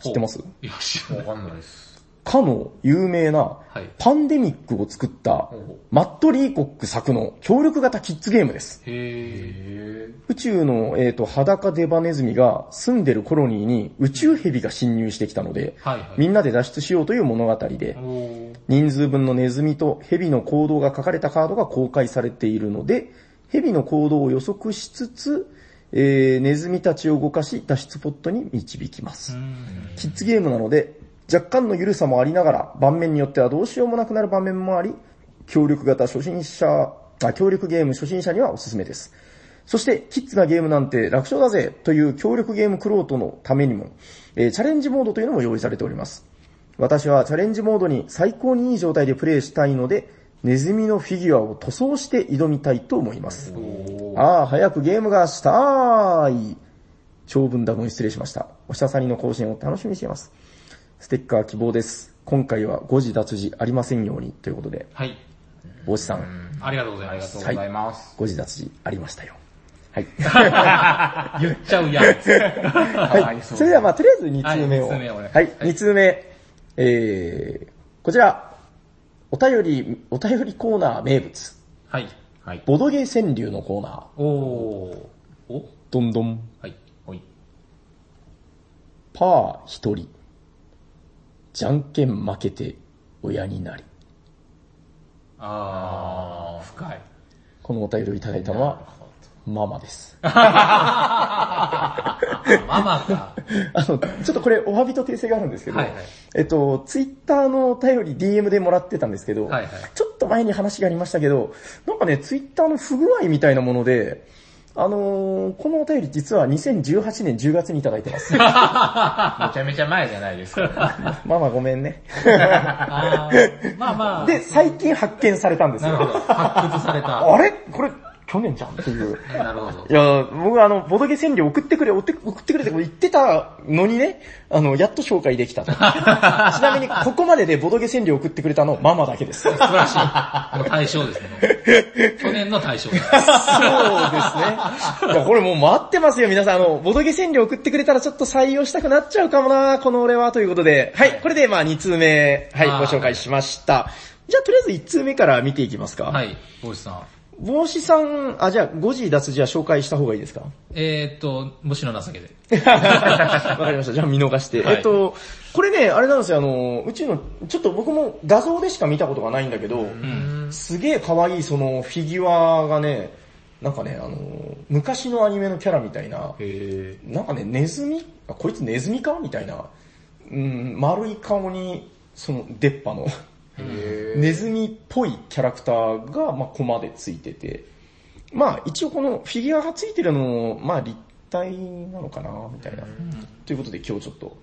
Speaker 2: 知ってます
Speaker 1: いや、知らない。
Speaker 3: わかんないです。
Speaker 2: かの有名な
Speaker 1: はい
Speaker 2: パンデミックを作ったマット・リーコック作の協力型キッズゲームです。
Speaker 1: へ
Speaker 2: 宇宙の、えー、と裸デバネズミが住んでるコロニーに宇宙蛇が侵入してきたので、
Speaker 1: はいはい
Speaker 2: みんなで脱出しようという物語で
Speaker 1: ー。、おー、
Speaker 2: 人数分のネズミと蛇の行動が書かれたカードが公開されているので、蛇の行動を予測しつつ、えーネズミたちを動かし脱出ポットに導きます。
Speaker 1: うん、
Speaker 2: キッズゲームなので、若干の緩さもありながら、盤面によってはどうしようもなくなる場面もあり、協力型初心者、あ、協力ゲーム初心者にはおすすめです。そして、キッズなゲームなんて楽勝だぜという協力ゲームクロートのためにも、えーチャレンジモードというのも用意されております。私はチャレンジモードに最高にいい状態でプレイしたいので、ネズミのフィギュアを塗装して挑みたいと思います。ああ、早くゲームがしたーい。長文だ分失礼しました。おしゃさりの更新を楽しみにしています。ステッカー希望です。今回は誤字脱字ありませんようにということで、
Speaker 1: はい、
Speaker 2: 帽子さん、
Speaker 1: ありがとうござ
Speaker 3: あ
Speaker 1: いま
Speaker 3: りがとう
Speaker 1: す。
Speaker 3: ございます。
Speaker 2: 誤字脱字ありましたよ。はい。
Speaker 1: 言っちゃうやん。 (laughs)
Speaker 2: はい。それではまあとりあえず2通目を。
Speaker 1: はい二通目をお願いします
Speaker 2: はい、2通目。えー、こちら、お便り、お便りコーナー名物、
Speaker 1: はい、
Speaker 3: はい。
Speaker 2: ボドゲ川柳のコーナー、
Speaker 1: おー、お
Speaker 2: どんどん、
Speaker 1: はい、
Speaker 3: おい。
Speaker 2: パー一人、じゃんけん負けて親になり。
Speaker 1: あー、深い。
Speaker 2: このお便りをいただいたのは、ママです。 (laughs) あ
Speaker 1: ママか。
Speaker 2: の、ちょっとこれお詫びと訂正があるんですけど、
Speaker 1: はいはい
Speaker 2: えっと、ツイッターのお便り DM でもらってたんですけど、
Speaker 1: はいはい
Speaker 2: ちょっと前に話がありましたけど、なんかね、ツイッターの不具合みたいなもので、あのーこのお便り実は2018年10月にいただいて
Speaker 1: (laughs)
Speaker 2: ます。マ
Speaker 3: めちゃめちゃ前じゃないですか。
Speaker 2: マごめ
Speaker 1: (laughs)
Speaker 2: んね。
Speaker 1: あーまあまあ。
Speaker 2: で、最近発見されたんです
Speaker 1: なるほ
Speaker 2: よ。
Speaker 1: ど。発掘された。
Speaker 2: あれこれ、去年じゃんっていう。
Speaker 1: なるほど
Speaker 2: い。や、僕はあの、ボドゲ川柳送ってくれ、送って送ってくれって言ってたのにね、あの、やっと紹介できた (laughs) と。ちなみに、ここまででボドゲ川柳送ってくれたの、ママだけです。そうで
Speaker 1: 素晴らしい。もう対象ですね。去年の対象です。
Speaker 2: すね。いや、これもう待ってますよ、皆さん。あの、ボドゲ川柳送ってくれたらちょっと採用したくなっちゃうかもな、この俺は、ということで。はい、これでまあ2通目、はい、ご
Speaker 1: あー
Speaker 2: 紹介しました。じゃあ、とりあえず1通目から見ていきますか。
Speaker 1: はい、帽子さん。
Speaker 2: 帽子さん、あ、じゃあ、5時脱字は紹介した方がいいですか
Speaker 1: えーっと、虫の情けで。
Speaker 2: (laughs) わかりました。じゃあ見逃して。
Speaker 1: はい
Speaker 2: えっと、これね、あれなんですよ、あの、うちの、ちょっと僕も画像でしか見たことがないんだけど、
Speaker 1: うん。
Speaker 2: すげえ可愛いそのフィギュアがね、なんかね、あの、昔のアニメのキャラみたいな、
Speaker 3: へ
Speaker 2: なんかね、ネズミあ、こいつネズミかみたいな、うん、丸い顔に、その、出っ歯の、
Speaker 3: ぇ
Speaker 2: ネズミっぽいキャラクターが、まあ、コマでついてて、まあ、一応このフィギュアがついてるのも、まあ、立体なのかな、みたいな。ということで今日ちょっと、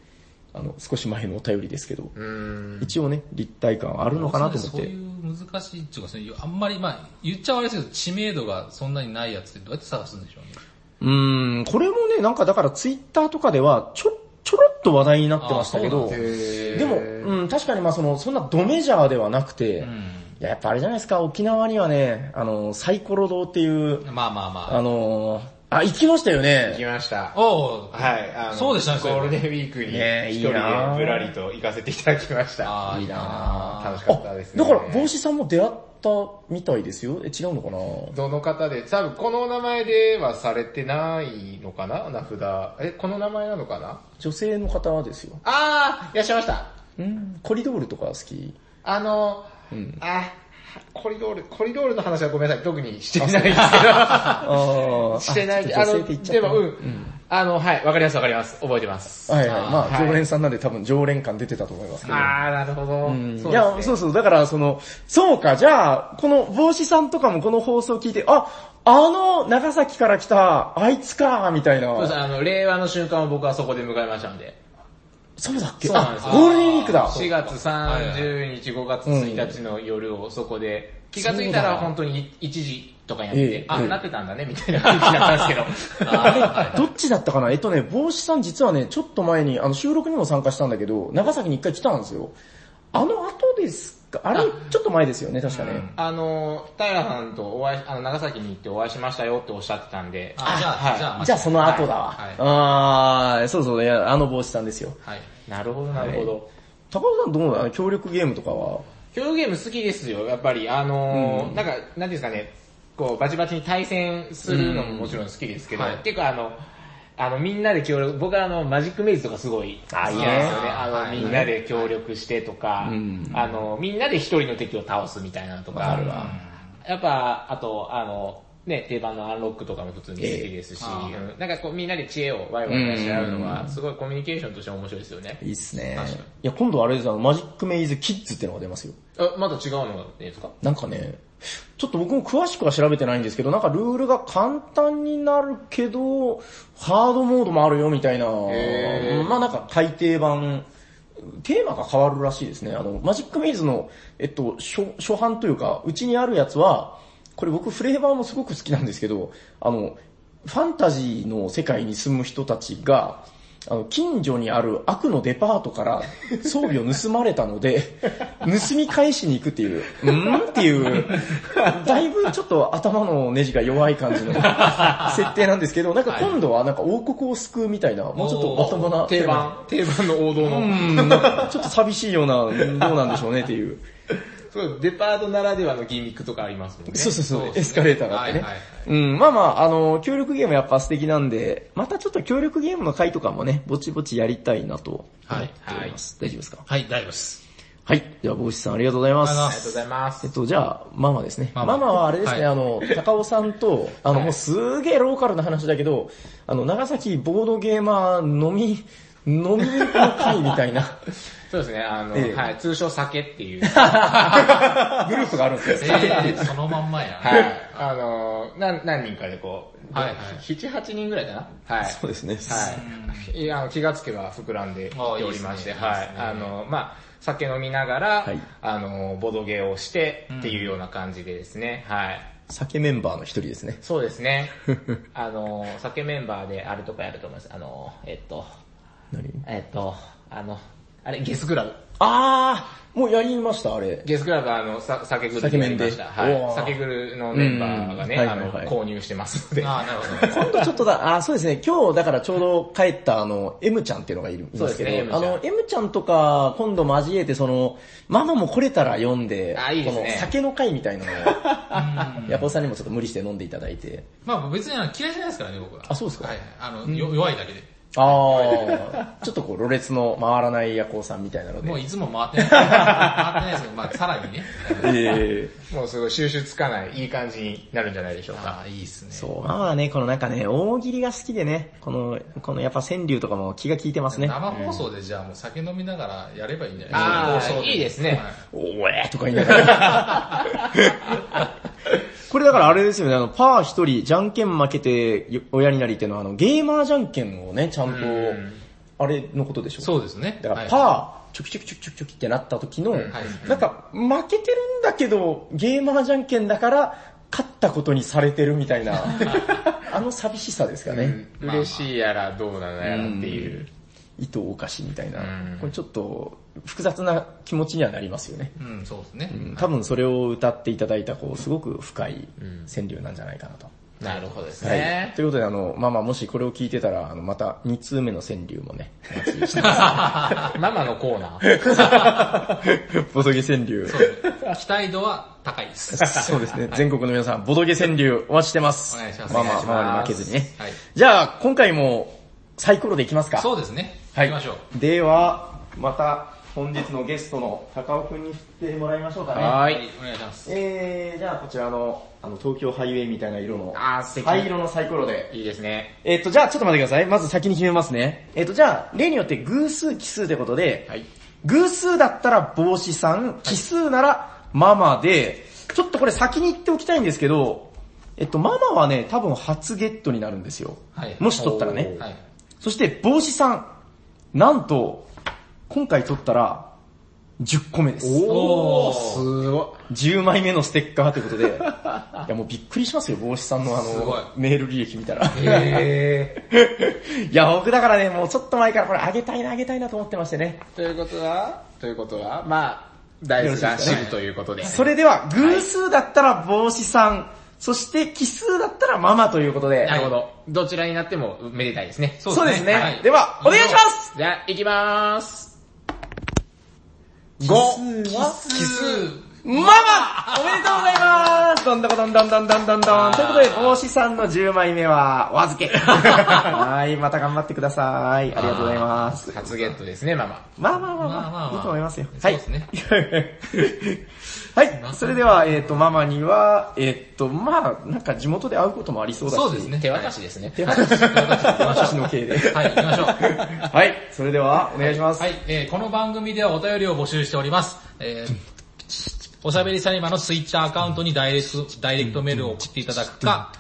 Speaker 2: あの、少し前のお便りですけど、
Speaker 3: うーん。
Speaker 2: 一応ね、立体感はあるのかなと思っ
Speaker 1: そう
Speaker 2: て
Speaker 1: い。う難しいっていうか、そういうあんまり、まあ言っちゃ悪いですけど、知名度がそんなにないやつってどうやって探すんでしょうね。
Speaker 2: うーん、これもね、なんかだからツイッターとかでは、ちょ、ちょろっと話題になってましたけ
Speaker 1: あ
Speaker 2: ど
Speaker 1: そ、
Speaker 3: へー
Speaker 2: でも、うん、確かにまあその、そんなドメジャーではなくて、
Speaker 1: う
Speaker 2: い
Speaker 1: ん。
Speaker 2: ややっぱあれじゃないですか、沖縄にはね、あの、サイコロ堂っていう、
Speaker 1: まあまあま
Speaker 2: あのー、あ、行きましたよ
Speaker 3: 行き
Speaker 2: ね。
Speaker 3: まし
Speaker 1: あ。。
Speaker 3: た
Speaker 1: おう
Speaker 3: はい、あの、
Speaker 1: そうでしたね
Speaker 3: ゴールデンウィークに
Speaker 2: ねえ
Speaker 3: 一人
Speaker 2: いい
Speaker 3: でぶ
Speaker 2: なあ
Speaker 3: らりと行かせていただきました。
Speaker 1: ああ、いいなぁ
Speaker 3: 楽しかったですね。
Speaker 2: だから、帽子さんも出会ったみたいですよ。え、違うのかな
Speaker 3: どの方で、多分この名前ではされてないのかな名札。え、この名前なのかな
Speaker 2: 女性の方ですよ。
Speaker 3: あー、いらっしゃいました。
Speaker 2: うん、コリドールとか好き
Speaker 3: あの、
Speaker 2: うん
Speaker 3: あ、コリドール、コリドールの話はごめんなさい、特にしてないです
Speaker 2: あーあ、
Speaker 3: けど、してない
Speaker 2: ちょ
Speaker 3: あ
Speaker 2: っと女性
Speaker 3: の、
Speaker 2: って言っちゃ
Speaker 3: で
Speaker 2: った
Speaker 3: も
Speaker 2: な。
Speaker 3: うん、あの、はい、わかりますわかります、覚えてます。
Speaker 2: はいはい。まあ、
Speaker 3: はい
Speaker 2: 常連さんなんで多分常連感出てたと思いますけど。
Speaker 3: あー、なるほど。
Speaker 2: うん
Speaker 3: そう
Speaker 2: いや、
Speaker 3: です
Speaker 2: そ
Speaker 3: ね
Speaker 2: うそう、だからその、そうか、じゃあ、この帽子さんとかもこの放送聞いて、あ、あの、長崎から来た、あいつか、みたい
Speaker 3: そうです
Speaker 2: な。
Speaker 3: あの、令和の瞬間を僕はそこで迎えましたんで。
Speaker 2: そうだっけ
Speaker 3: そうなん
Speaker 2: あ
Speaker 3: です、よ
Speaker 2: ゴールデンウィークだ。
Speaker 3: 4月30日、5月1日の夜をそこで、気がついたら本当に1時とかやっ
Speaker 2: ええ
Speaker 3: て、あ、
Speaker 2: ええ
Speaker 3: なってたんだね、みたいな感じだったんです
Speaker 2: (laughs)
Speaker 3: けど。
Speaker 1: あれはい
Speaker 2: どっちだったかなえっとね、帽子さん実はね、ちょっと前に、あの、収録にも参加したんだけど、長崎に一回来たんですよ。あの後ですかあれ、ちょっと前ですよね、確かね。
Speaker 3: あの、平さんとお会い、あの、長崎に行ってお会いしましたよっておっしゃってたんで、
Speaker 1: あじゃ
Speaker 3: は
Speaker 1: あ、
Speaker 3: い
Speaker 1: じゃあ、
Speaker 2: じゃあその後だわ。
Speaker 1: はいはい
Speaker 2: あー、そうそう、いや、あの帽子さんですよ。
Speaker 1: はい。
Speaker 3: なるほど、なるほど。
Speaker 2: 高田さんどうなの協力ゲームとかは
Speaker 3: 協力ゲーム好きですよ、やっぱり。あのー
Speaker 2: うん
Speaker 3: なんか、なんていうんですかね、こう、バチバチに対戦するのももちろん好きですけど、
Speaker 1: うんはい
Speaker 3: っていうかあの、あの、みんなで協力、僕はあの、マジックメイズとかすごい好き
Speaker 2: あ
Speaker 3: ないん
Speaker 2: い
Speaker 3: です
Speaker 2: ね
Speaker 3: よね。あの、
Speaker 1: はい
Speaker 3: みんなで協力してとか、
Speaker 2: うん
Speaker 3: あの、みんなで一人の敵を倒すみたいなのとか。
Speaker 2: わかるわ
Speaker 3: やっぱ、あと、あの、ね、定番のアンロックとかも普通に好きですし、
Speaker 1: ええあ
Speaker 3: うんなんかこうみんなで知恵をワイワイ出し合うのは、すごいコミュニケーションとして面白いですよね。
Speaker 2: いいっすね
Speaker 1: 確かに。
Speaker 2: いや、今度あれですよ、あのマジックメイズキッズってのが出ますよ。
Speaker 3: あ、また違うのがいいですか
Speaker 2: なんかね、ちょっと僕も詳しくは調べてないんですけど、なんかルールが簡単になるけど、ハードモードもあるよみたいな、
Speaker 3: へー
Speaker 2: まあなんか改訂版、テーマが変わるらしいですね。あの、マジックメイズの、えっと、初初版というか、うちにあるやつは、これ僕フレーバーもすごく好きなんですけど、あの、ファンタジーの世界に住む人たちが、あの、近所にある悪のデパート
Speaker 1: (laughs)
Speaker 2: から装備を盗まれたので、盗み返しに行くっていう、うーんって
Speaker 1: (laughs)
Speaker 2: いう、だいぶちょっと頭のネジが弱い感じの
Speaker 1: (laughs)
Speaker 2: 設定なんですけど、なんか今度はなんか王国を救うみたいな、もうちょっとまともな
Speaker 3: 定番、定番の王道の。
Speaker 2: うん、なんかちょっと寂しいような、うんどうなんでしょうねっていう。
Speaker 3: すごいデパートならではのギミックとかありますもんね。
Speaker 2: そうそうそう、
Speaker 1: そうですね
Speaker 2: エスカレーターがあってね。
Speaker 1: はいはい
Speaker 2: うん、まあまあ、あの、協力ゲームやっぱ素敵なんで、またちょっと協力ゲームの回とかもね、ぼちぼちやりたいなと思っております。大丈夫ですか
Speaker 1: はい、大丈夫です。
Speaker 2: はい。では、帽子さんありがとうございま。
Speaker 1: ありがとうございます
Speaker 3: ありがとうございます
Speaker 2: えっ。と、じゃあ、ママですね。
Speaker 1: マ
Speaker 2: マ
Speaker 1: マ
Speaker 2: マはあれですね、
Speaker 1: は
Speaker 2: あの、高尾さんと、あの、もうすげえローカルな話だけど、あの、長崎ボードゲーマー飲み、飲みの会みたいな
Speaker 3: そうですね、あの、
Speaker 2: ええ
Speaker 3: はい、通称酒っていう、
Speaker 2: グループがあるんですよ。
Speaker 1: えー、そのまんまや。
Speaker 3: はい、あの、なん何人かでこう、
Speaker 1: はいはい
Speaker 3: 7、8人ぐらいかなはい。
Speaker 2: そうですね。
Speaker 3: はい。いや、あの気がつけば膨らんできておりまして、
Speaker 1: あいいですね
Speaker 3: は
Speaker 1: いい
Speaker 3: い
Speaker 1: で。すね
Speaker 3: あの、まあ酒飲みながら、
Speaker 2: はい
Speaker 3: あの、ボドゲをしてっていうような感じでですね、はい。
Speaker 2: 酒メンバーの一人ですね。
Speaker 3: そうで
Speaker 2: (laughs)
Speaker 3: すね。あの、酒メンバーであれとかやると思います。あの、えっと、
Speaker 2: 何
Speaker 3: えっと、あの、あれ、ゲスクラブ。
Speaker 2: あー、もうやりました、あれ。
Speaker 3: ゲスクラブはあの、さ酒グルでやりました。
Speaker 2: 酒メン
Speaker 3: は
Speaker 2: で
Speaker 3: い
Speaker 2: お。ー
Speaker 3: 酒グルのメンバーがね、
Speaker 2: うん
Speaker 3: あの
Speaker 2: はいはいはい、
Speaker 3: 購入してますので。
Speaker 1: ああ、なるほど。
Speaker 2: 今度ちょっとだ、あーそうですね、今日だからちょうど帰ったあの、M ちゃんっていうのがいるんですけど、
Speaker 3: そうですね
Speaker 2: あの、M ちゃんとか今度交えてその、ママも来れたら読んで、
Speaker 3: あーいいですね
Speaker 2: この酒の会みたいなのを、ヤコウさんにもちょっと無理して飲んでいただいて。
Speaker 1: まあ別にあの嫌いじゃないですからね、僕は。
Speaker 2: あそうですか
Speaker 1: はい。あの、よ弱いだけで。
Speaker 2: あ (laughs) ー、ちょっとこう、ろれつの回らないヤコウさんみたいなので
Speaker 1: もう。いつも回ってない。回ってないですけど、まあさらにね。
Speaker 2: えー
Speaker 3: (laughs) もうすごい収集つかない、いい感じになるんじゃないでしょうか。
Speaker 1: ああ、いいっすね。
Speaker 2: そう、まあね、このなんかね、大喜利が好きでね、この、このやっぱ川柳とかも気が利いてますね。
Speaker 1: 生放送でじゃあもう酒飲みながらやればいいんじゃない
Speaker 3: あ
Speaker 1: 生放
Speaker 3: あ、
Speaker 1: 送
Speaker 3: いいですね。
Speaker 2: (laughs) おえーとか言いながら。 (laughs) これだからあれですよね、あの、パー一人、じゃんけん負けてよ親になりっていうのは、あの、ゲーマーじゃんけんをね、ちゃんと、あれのことでしょ
Speaker 1: そうですね。
Speaker 2: だから、
Speaker 1: はい
Speaker 2: パー、チョキチョキチョキチョキチョキってなった時の、
Speaker 1: い
Speaker 2: なんか、負けてるんだけど、ゲーマーじゃんけんだから、勝ったことにされてるみたいな、あの寂しさですかね。
Speaker 3: うん嬉しいやらどうなのやらっていう。
Speaker 2: 糸おかしみたいな
Speaker 3: うん、
Speaker 2: これちょっと複雑な気持ちにはなりますよね。
Speaker 1: うん、そうですね。
Speaker 2: うん多分それを歌っていただいた、こう、すごく深い川柳なんじゃないかなと。
Speaker 3: なるほどです
Speaker 2: はい。
Speaker 3: ね。
Speaker 2: ということで、あの、まあまあ、もしこれを聞いてたら、あの、また2通目の川柳もね、 (laughs) お待ちしてま
Speaker 3: ママのコーナー。
Speaker 2: す。ボドゲ川柳。
Speaker 1: 期待度は高い
Speaker 2: (laughs)
Speaker 1: です。
Speaker 2: そうですね。全国の皆さん、ボドゲ川柳お待ちしてます。
Speaker 1: お願いします
Speaker 2: まあま
Speaker 1: お願
Speaker 2: あ、
Speaker 1: いし
Speaker 2: ま
Speaker 1: ます
Speaker 2: あ負けずにね。
Speaker 1: はい
Speaker 2: じゃあ、今回もサイコロでいきますか。
Speaker 1: そうですね。
Speaker 2: はい。
Speaker 1: 行きましょう。
Speaker 2: では、また本日のゲストの高尾くんに振ってもらいましょうかね。
Speaker 3: は
Speaker 1: はい
Speaker 3: い。、
Speaker 1: お願いします。
Speaker 2: えー、じゃあこちらの、あの、東京ハイウェイみたいな色の、
Speaker 3: あー素敵
Speaker 2: 灰色のサイコロで。
Speaker 3: いいですね。
Speaker 2: えっ、と、じゃあちょっと待ってください。まず先に決めますね。えっ、と、じゃあ、例によって偶数奇数ってことで、
Speaker 3: はい。
Speaker 2: 偶数だったら帽子さん、奇数ならママで、ちょっとこれ先に言っておきたいんですけど、えっと、ママはね、多分初ゲットになるんですよ。
Speaker 1: はい
Speaker 2: もし取ったらね。
Speaker 1: はい。
Speaker 2: そして、帽子さん。なんと、今回取ったら、10個目です。
Speaker 1: おー
Speaker 3: すごい。
Speaker 2: 10枚目のステッカーということ
Speaker 1: (laughs)
Speaker 2: で、いやもうびっくりしますよ、帽子さんのあ
Speaker 1: すごい
Speaker 2: の、メール履歴見たら。
Speaker 3: へ
Speaker 2: いや、僕だからね、もうちょっと前からこれあげたいな、あげたいなと思ってましてね。
Speaker 3: ー。ということは、ということは、まあ、大豆が知るということで。
Speaker 2: それでは、偶数だったら帽子さん、そして奇数だったらママということで
Speaker 3: な、るほど。どちらになってもめでたいですね。
Speaker 2: そうです
Speaker 1: は
Speaker 2: ね
Speaker 1: い。
Speaker 2: では、お願いします
Speaker 3: じゃあ、いきまーす。
Speaker 2: 奇
Speaker 3: 5。
Speaker 2: 数は
Speaker 1: 奇数。
Speaker 2: ママおめでとうございますどんどこどんどんどんどんどんどん。ということで、帽子さんの10枚目はお預け。はい、また頑張ってください。ありがとうございます。
Speaker 3: 初ゲットですね、ママ。
Speaker 2: まあまあまあ
Speaker 1: まあま
Speaker 2: ま
Speaker 1: あま
Speaker 2: あ、
Speaker 1: あ
Speaker 2: いいと思いますよ。
Speaker 1: そうですね
Speaker 2: (laughs) はい。はい、それでは、えっ、と、ママには、えっ、と、まあなんか地元で会うこともありそうだし。
Speaker 1: そうですね。
Speaker 3: 手渡しですね。
Speaker 2: 手渡し。手 (laughs) 渡しの系で。
Speaker 1: はい、行きましょう。
Speaker 2: (laughs) はい、それでは、お願いします。
Speaker 1: はい、えーこの番組ではお便りを募集しております。えーおしゃべりサニバのツイッターアカウントにダイレクトダイレクトメールを送っていただくか、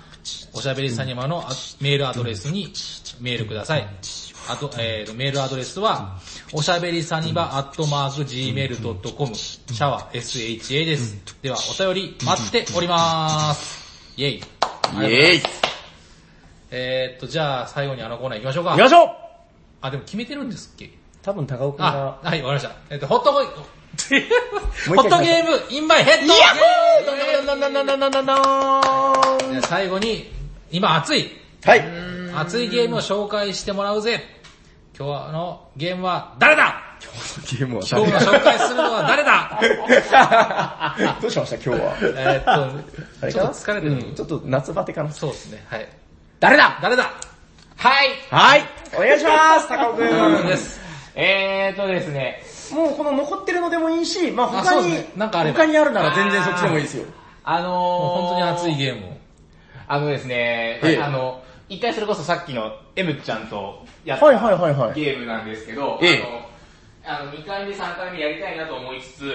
Speaker 1: おしゃべりサニバのあメールアドレスにメールください。あと、えーメールアドレスは、おしゃべりサニバアットマーク gmail.com、シャワー SHA です。では、お便り待っております。イェイ。
Speaker 2: イェーイ
Speaker 1: えーっと、じゃあ最後にあのコーナー行きましょう
Speaker 2: 行きま
Speaker 1: か。
Speaker 2: しょう
Speaker 1: あ、でも決めてるんですっけ
Speaker 2: 多分高尾くん
Speaker 1: あ
Speaker 2: が、、
Speaker 1: はい、わかりました。えっと、ホットホイ、
Speaker 2: (laughs)
Speaker 1: ホ
Speaker 2: もう一回
Speaker 1: ットゲーム、インバイヘッド
Speaker 2: イヤ
Speaker 1: イエーイ
Speaker 2: ホーどんどんどんどんどんどんどんど
Speaker 1: じ
Speaker 2: ん
Speaker 1: ゃあ最後に、今熱い、
Speaker 2: はい。
Speaker 1: 熱いゲームを紹介してもらうぜ。今日のゲームは誰だ
Speaker 2: ゲームは
Speaker 1: 今日の紹介するのは誰
Speaker 2: (laughs)
Speaker 1: だ
Speaker 2: どうしました今日は。
Speaker 1: (laughs) えっと、ちょっと疲れてる。
Speaker 2: うんちょっと夏バテかな。
Speaker 1: そうですね、はい。
Speaker 2: 誰だ
Speaker 1: 誰だ
Speaker 3: はい。
Speaker 2: はいお願いします高尾くん
Speaker 1: です。
Speaker 3: えーとですね、
Speaker 2: もうこの残ってるのでもいいし、まあ
Speaker 1: あそ
Speaker 2: 他
Speaker 1: う
Speaker 2: に、
Speaker 1: ですねなんかあれば
Speaker 2: 他にあるなら全然そっちでもいいですよ。
Speaker 3: あのー、
Speaker 1: 本当に熱いゲームを。
Speaker 3: あのですね、
Speaker 2: ええ
Speaker 3: あの、一回それこそさっきの M ちゃんとやった
Speaker 2: はいはいはいはい。
Speaker 3: ゲームなんですけど、
Speaker 2: ええ
Speaker 3: あの、あの2回目3回目やりたいなと思いつつ、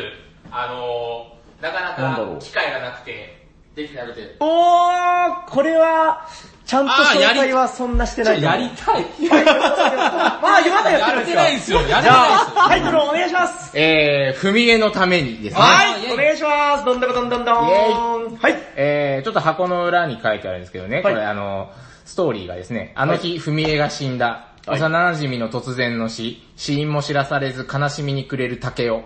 Speaker 3: あの、なか
Speaker 2: なんだろ
Speaker 3: なか
Speaker 2: う
Speaker 3: 機会がなくて、できなくて。
Speaker 2: おー、これは、ちゃんと
Speaker 1: あー
Speaker 2: 紹
Speaker 1: やり
Speaker 2: 介はそんなしてないかも
Speaker 1: た
Speaker 3: (laughs)
Speaker 1: い。
Speaker 2: ま (laughs) あ、今だや
Speaker 1: や
Speaker 2: っ
Speaker 1: ってて
Speaker 2: るん
Speaker 1: ない
Speaker 2: で
Speaker 1: んですすよ、やっ
Speaker 2: か
Speaker 1: て
Speaker 2: じゃ
Speaker 1: ないんですよ
Speaker 2: あ、。タイトルお願いします
Speaker 3: えー、踏み絵のためにですね。
Speaker 2: はい
Speaker 1: イェイ
Speaker 2: お願いしまますどんどこどんどんどん
Speaker 3: イ
Speaker 2: はい。
Speaker 3: えー、ちょっと箱の裏に書いてあるんですけど
Speaker 2: は
Speaker 3: ね、
Speaker 2: い
Speaker 3: これあの、ストーリーがですね、あの日、文江が死んだ、
Speaker 2: はい
Speaker 3: 幼馴染の突然の死、死因も知らされず悲しみに暮れる
Speaker 2: (laughs)
Speaker 3: 竹雄、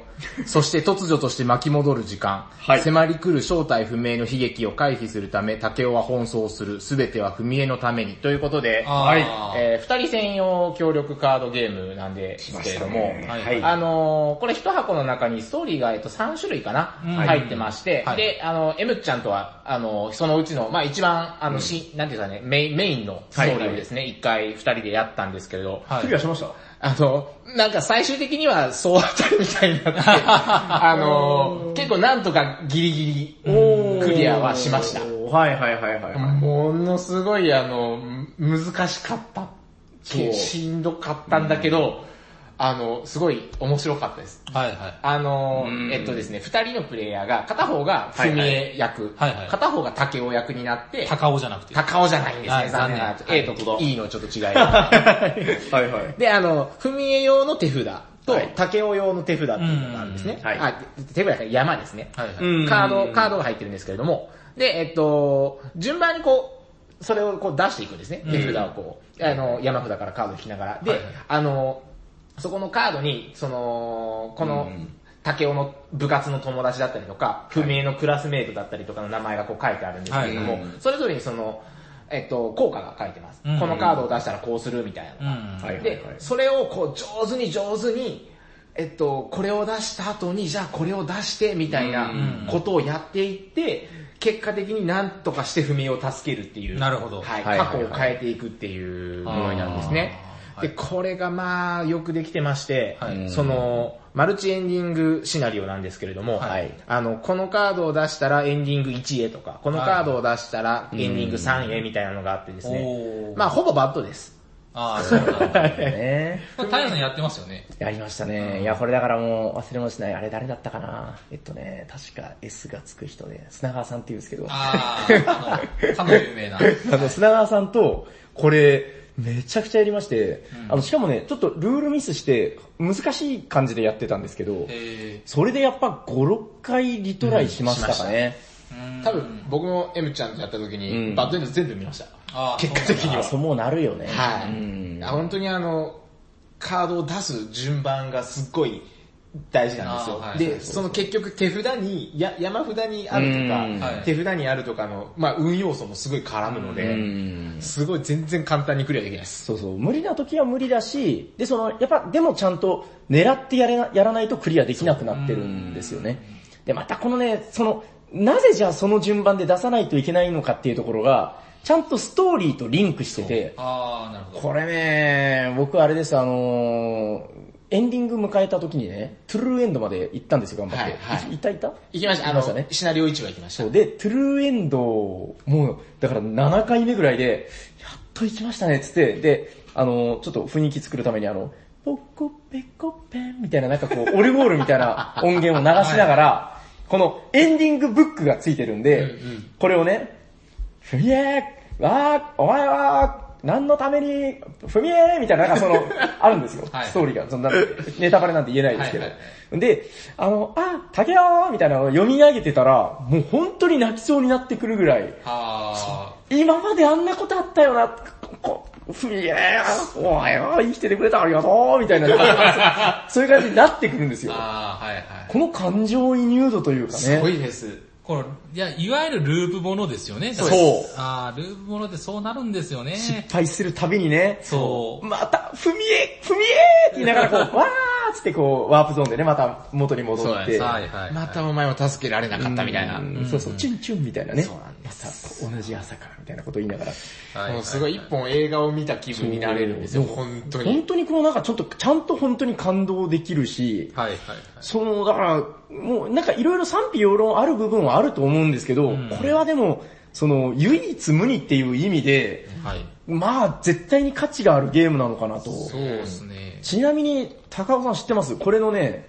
Speaker 3: そして突如として巻き戻る時間、
Speaker 2: はい
Speaker 3: 迫り来る正体不明の悲劇を回避するため、竹雄は奔走する、すべては文江のために、ということで、
Speaker 1: はい
Speaker 3: えー、二人専用協力カードゲームなんですけれども、
Speaker 1: はい
Speaker 2: はい。
Speaker 3: あのーこれ一箱の中にストーリーが、えっと、3種類かな、
Speaker 1: うん
Speaker 3: 入ってまして、
Speaker 1: はい
Speaker 3: で、あの、M ちゃんとは、あの、そのうちの、まあ一番、あの、し、なんていうかね、メインメインのストーリーをですね、一、回二人でやったんですけれど、
Speaker 1: はい
Speaker 2: クリアしました
Speaker 3: あの、なんか最終的にはそうだったみたい (laughs) になって、あのー結構なんとかギリギリ、クリアはしました。
Speaker 2: はいはいはいはいはい。
Speaker 3: ものすごいあの、む難しかった
Speaker 2: そ
Speaker 3: け。
Speaker 2: う
Speaker 3: しんどかったんだけど、あの、すごい面白かったです。
Speaker 1: はいはい。
Speaker 3: あの
Speaker 2: うん
Speaker 3: ー、えっとですね、二人のプレイヤーが、片方が
Speaker 2: はいはい
Speaker 3: 文江役、
Speaker 1: はいはい
Speaker 3: 片方が竹雄役になって、
Speaker 1: 高尾じゃなくて。
Speaker 3: 高尾じゃないんです
Speaker 1: は
Speaker 3: ね、
Speaker 1: い
Speaker 3: 残念な
Speaker 1: 残。念
Speaker 3: A と E のちょっと違いが。
Speaker 2: はいはい。
Speaker 3: (laughs) で、あの、文江用の手札と
Speaker 2: はい、
Speaker 3: 竹雄用の手札っていうのがあるんですね。
Speaker 2: うんはい
Speaker 3: あ、手札が山ですね。
Speaker 1: はいはい。
Speaker 2: うん
Speaker 3: カード、カードが入ってるんですけれども、で、えっと、順番にこう、それをこう出していくんですね。手札をこう、あの、山札からカードを引きながら。で、
Speaker 1: はいはい
Speaker 3: あの、そこのカードに、その、この、竹雄の部活の友達だったりとか、不明のクラスメイトだったりとかの名前がこう書いてあるんですけれども、
Speaker 2: はい
Speaker 3: それぞれにその、えっと、効果が書いてます。
Speaker 1: うん
Speaker 3: このカードを出したらこうするみたいな
Speaker 1: う
Speaker 3: のが
Speaker 1: ん。
Speaker 2: はいはい
Speaker 3: で、
Speaker 2: はい。
Speaker 3: それをこう上手に上手に、えっと、これを出した後に、じゃあこれを出して、みたいなことをやっていって、結果的になんとかして不明を助けるっていう。
Speaker 1: なるほど
Speaker 3: はい。
Speaker 2: はいはい
Speaker 3: 過去を変えていくっていうものになるんですね
Speaker 1: あ。ー
Speaker 3: で、これがまあ、よくできてまして、
Speaker 1: はい
Speaker 3: その、マルチエンディングシナリオなんですけれども、
Speaker 1: はい
Speaker 3: あの、このカードを出したらエンディング1へとか、このカードを出したらエンディング3へみたいなのがあってですね
Speaker 1: お、ー
Speaker 3: まあ、ほぼバッドです。
Speaker 1: ああ、そうなんだ。
Speaker 2: ね
Speaker 1: タイヤさんやってますよね。
Speaker 2: やりましたね。いや、これだからもう忘れもしない。あれ誰だったかなえっとね、確か S がつく人で、砂川さんって言うんですけど、あ
Speaker 1: ああ、あの、かの有名な。
Speaker 2: の、砂川さんと、これ、めちゃくちゃやりまして、あの、しかもね、ちょっとルールミスして、難しい感じでやってたんですけど、
Speaker 1: え
Speaker 2: それでやっぱ5、6回リトライしましたかね。
Speaker 1: ーうん
Speaker 3: 多分僕も M ちゃんとやった時に、
Speaker 2: うん
Speaker 3: バッドエンド全部見ました。
Speaker 1: あー
Speaker 3: 結果的に
Speaker 2: あ
Speaker 3: は。
Speaker 2: そうもうなるよね。
Speaker 3: はい、
Speaker 2: うん
Speaker 3: あ本当にあの、カードを出す順番がすっごい大事なんですよ。
Speaker 1: あーはい
Speaker 3: で、その結局手札に、や山札にあるとか、
Speaker 1: うん
Speaker 3: 手札にあるとかの、まあ運要素もすごい絡むので、
Speaker 2: うん
Speaker 3: すごい全然簡単にクリアできないです。
Speaker 2: そうそう、無理な時は無理だし、で、その、やっぱ、でもちゃんと狙ってやれな、やらないとクリアできなくなってるんですよね。で、またこのね、その、なぜじゃあその順番で出さないといけないのかっていうところが、ちゃんとストーリーとリンクしてて、
Speaker 1: ああ、なるほど。
Speaker 2: これね、僕あれです、あのーエンディング迎えた時にね、トゥルーエンドまで行ったんですよ、頑張って。
Speaker 3: はいはい
Speaker 2: いたいた
Speaker 3: 行きました。
Speaker 2: 行きま
Speaker 3: あの、
Speaker 2: したね
Speaker 3: シナリオ1は行きました
Speaker 2: そう。で、トゥルーエンドをもう、だから7回目ぐらいで、やっと行きましたねっつって、で、あの、ちょっと雰囲気作るためにあの、ポコペコペンみたいななんかこう、オルゴールみたいな音源を流しながら、このエンディングブックがついてるんで、これをね、ふみえわー、お前は、何のために、ふみえみたいな、なんかその、あるんですよ。
Speaker 1: はい
Speaker 2: ストーリーが。そんな、ネタバレなんて言えないですけど。
Speaker 1: はいは
Speaker 2: で、あの、あ、竹雄みたいなのを読み上げてたら、もう本当に泣きそうになってくるぐらい、
Speaker 1: あ
Speaker 2: 今まであんなことあったよな、こふみえお前は生きててくれたありがとうみたい
Speaker 3: (laughs)
Speaker 2: な、そういう感じになってくるんです
Speaker 1: あ、
Speaker 2: よ。
Speaker 1: ああ、はいはい。
Speaker 2: この感情移入度というかね。
Speaker 3: すごいです。
Speaker 1: この、いや、いわゆるループものですよね。
Speaker 2: そうです
Speaker 1: だからああ、ループものってそうなるんですよね。
Speaker 2: 失敗するたびにね、
Speaker 1: そう
Speaker 2: また、ふみえ、ふみえって言いながらこう、
Speaker 3: (laughs)
Speaker 2: わーっつってこう、ワープゾーンでね、また元に戻
Speaker 3: そうな
Speaker 2: っ
Speaker 3: んで
Speaker 2: て。
Speaker 3: す
Speaker 1: はいはいはい。
Speaker 3: またお前も助けられなかったみたいな。
Speaker 2: うんそうそう、チュンチュンみたいなね。
Speaker 3: そうなんで
Speaker 2: またこう同じ朝からみたいなこと言いながら。
Speaker 1: はいはい
Speaker 3: もうすごい一本映画を見た気分になれるんですよ、本当に
Speaker 2: 本。当にこのなんかちょっと、ちゃんと本当に感動できるし、
Speaker 1: はいはいはい。
Speaker 2: その、だから、もうなんかいろいろ賛否両論ある部分はあると思うんですけど、これはでも、その、唯一無二っていう意味で、
Speaker 1: はい。
Speaker 2: まあ、絶対に価値があるゲームなのかなと。
Speaker 1: そうですね。
Speaker 2: ちなみに、高尾さん知ってますこれのね、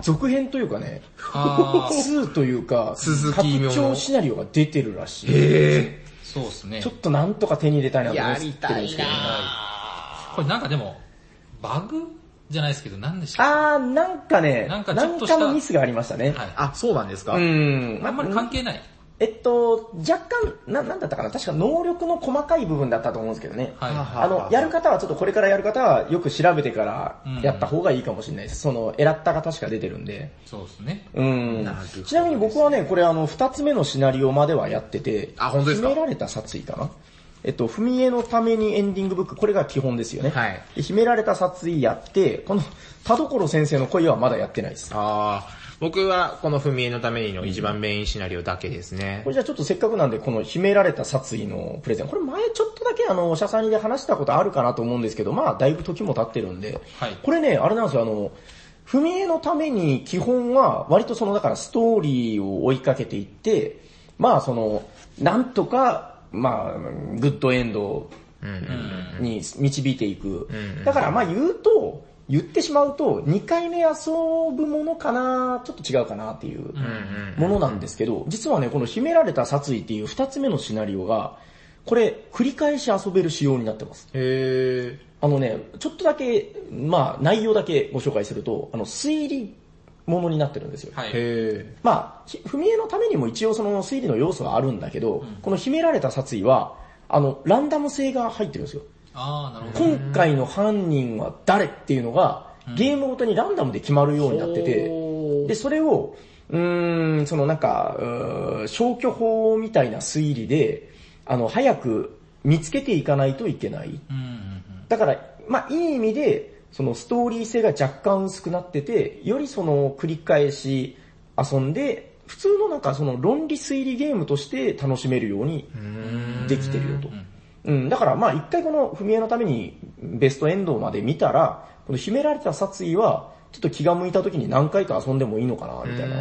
Speaker 2: 続編というかね、
Speaker 1: ああ、
Speaker 2: 2というか、
Speaker 3: 鈴木
Speaker 2: 拡
Speaker 3: 妙
Speaker 2: 張シナリオが出てるらしい。
Speaker 1: そうですね
Speaker 2: ちょ。っとなんとか手に入れたいなと思
Speaker 3: や
Speaker 2: ってる
Speaker 3: り
Speaker 2: ん
Speaker 3: た
Speaker 2: で
Speaker 3: い
Speaker 2: すけど。
Speaker 3: なぁ。
Speaker 1: これなんかでも、バグじゃないですけど、何でしたっ
Speaker 2: あー、なんかね、
Speaker 1: な
Speaker 2: なんん
Speaker 1: か
Speaker 2: か
Speaker 1: ちょっとした
Speaker 2: のミスがありましたね。
Speaker 1: けはい。
Speaker 3: あ、そうなんですか
Speaker 2: うん。
Speaker 1: あんまり関係ない。
Speaker 2: えっと、若干、な、なんだったかな確か能力の細かい部分だったと思うんですけどね。
Speaker 1: は
Speaker 2: あの、やる方はちょっとこれからやる方はよく調べいてからやった方がいいかもしれないです。その、エラッタが確か出てるんで。
Speaker 1: い。そうですね。
Speaker 2: うん
Speaker 3: なるほどですね
Speaker 2: ちなみに僕はね、これあの、二つ目のシナリオまではやってて、
Speaker 3: あ本当ですか
Speaker 2: 秘められた殺意かなえっと、踏み絵のためにエンディングブック、これが基本ですよね。
Speaker 3: はい
Speaker 2: で秘められた殺意やって、この、田所先生の恋はまだやってないです。
Speaker 3: あー僕はこの踏み絵のためにの一番メインシナリオだけですね
Speaker 2: こ。れじゃあちょっとせっかくなんで、この秘められた殺意のプレゼン。これ前ちょっとだけあの、おしゃさんにで話したことあるかなと思うんですけど、まあだいぶ時も経ってるんで、
Speaker 1: はい
Speaker 2: これね、あれなんですよ、あの、踏み絵のために基本は、割とそのだからストーリーを追いかけていって、まあその、なんとか、まあ、グッドエンドに導いていく。だからまあ言うと、言ってしまうと、2回目遊ぶものかな、ちょっと違うかなっていう。ものなんですけど、実はね、この秘められた殺意っていう二つ目のシナリオが、これ、繰り返し遊べる仕様になってます。
Speaker 3: へ
Speaker 2: あのね、ちょっとだけ、まあ、内容だけご紹介すると、あの、推理ものになってるんですよ。
Speaker 1: は
Speaker 3: ー。
Speaker 1: い。
Speaker 3: へ
Speaker 2: まあ、ひ踏み絵のためにも一応その推理の要素はあるんだけど、この秘められた殺意は、あの、ランダム性が入ってるんですよ。
Speaker 1: あー、なるほど。
Speaker 2: 今回の犯人は誰っていうのが、ゲームごとにランダムで決まるようになってて、で、それを、うーん、そのなんか、うー消去法みたいな推理で、あの、早く見つけていかないといけない。
Speaker 1: うんうんうん。
Speaker 2: だから、まあ、いい意味で、そのストーリー性が若干薄くなってて、よりその繰り返し遊んで、普通のなんかその論理推理ゲームとして楽しめるようにできてるよと。うん、だからまあ一回この踏み絵のためにベストエンドまで見たら、この秘められた殺意は、ちょっと気が向いた時に何回か遊んでもいいのかな、みたいな。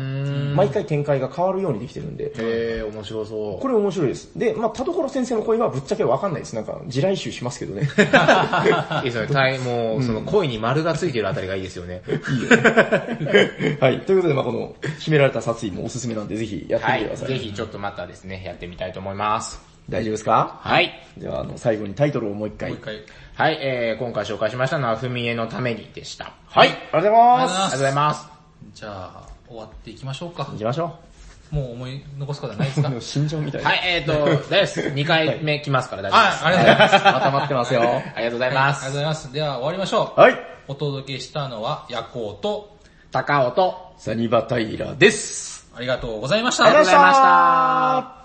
Speaker 2: 毎回展開が変わるようにできてるんで。
Speaker 3: ー。へー、面白そう。
Speaker 2: これ面白いです。で、まあ田所先生の声はぶっちゃけわかんないです。なんか、地雷集しますけどね。
Speaker 3: いいですよね。タイもう、その恋に丸がついてるあたりがいいですよね。
Speaker 2: (laughs) はい。ということで、まあこの、秘められた殺意もおすすめなんで、ぜひやって
Speaker 3: (laughs) は
Speaker 2: みて
Speaker 3: い
Speaker 2: く。ださい。
Speaker 3: ぜひちょっとまたですね、やってみたいと思います。
Speaker 2: 大丈夫ですか
Speaker 3: はい。
Speaker 2: では、あの、最後にタイトルをもう一回。
Speaker 1: もう一回。
Speaker 3: はい、えー、今回紹介しましたのは、踏み絵のためにでした。はい。
Speaker 2: ありがとうございます。
Speaker 3: ありがとうございます。
Speaker 1: じゃあ、終わっていきましょうか
Speaker 2: 行。きましょ
Speaker 1: もう思い残す (laughs) ことはないですか
Speaker 2: う。もう心情みたいな。
Speaker 3: はい、えーと、大丈夫です。2回目来ますから大丈夫で
Speaker 1: あ、ありがとうござい
Speaker 3: (laughs)
Speaker 1: ます。
Speaker 2: また待ってますよ。
Speaker 3: す。ありがとうございま
Speaker 1: ありがとうご
Speaker 3: す。
Speaker 1: ざいます。では終わりましょう。
Speaker 2: はい。
Speaker 1: お届けしたのは、夜行と、
Speaker 3: 高尾と、
Speaker 2: サニバタイラです。
Speaker 1: ありがとうございまし
Speaker 2: あ
Speaker 1: た
Speaker 2: りがとうご。ざいまし。
Speaker 3: ありがとうございました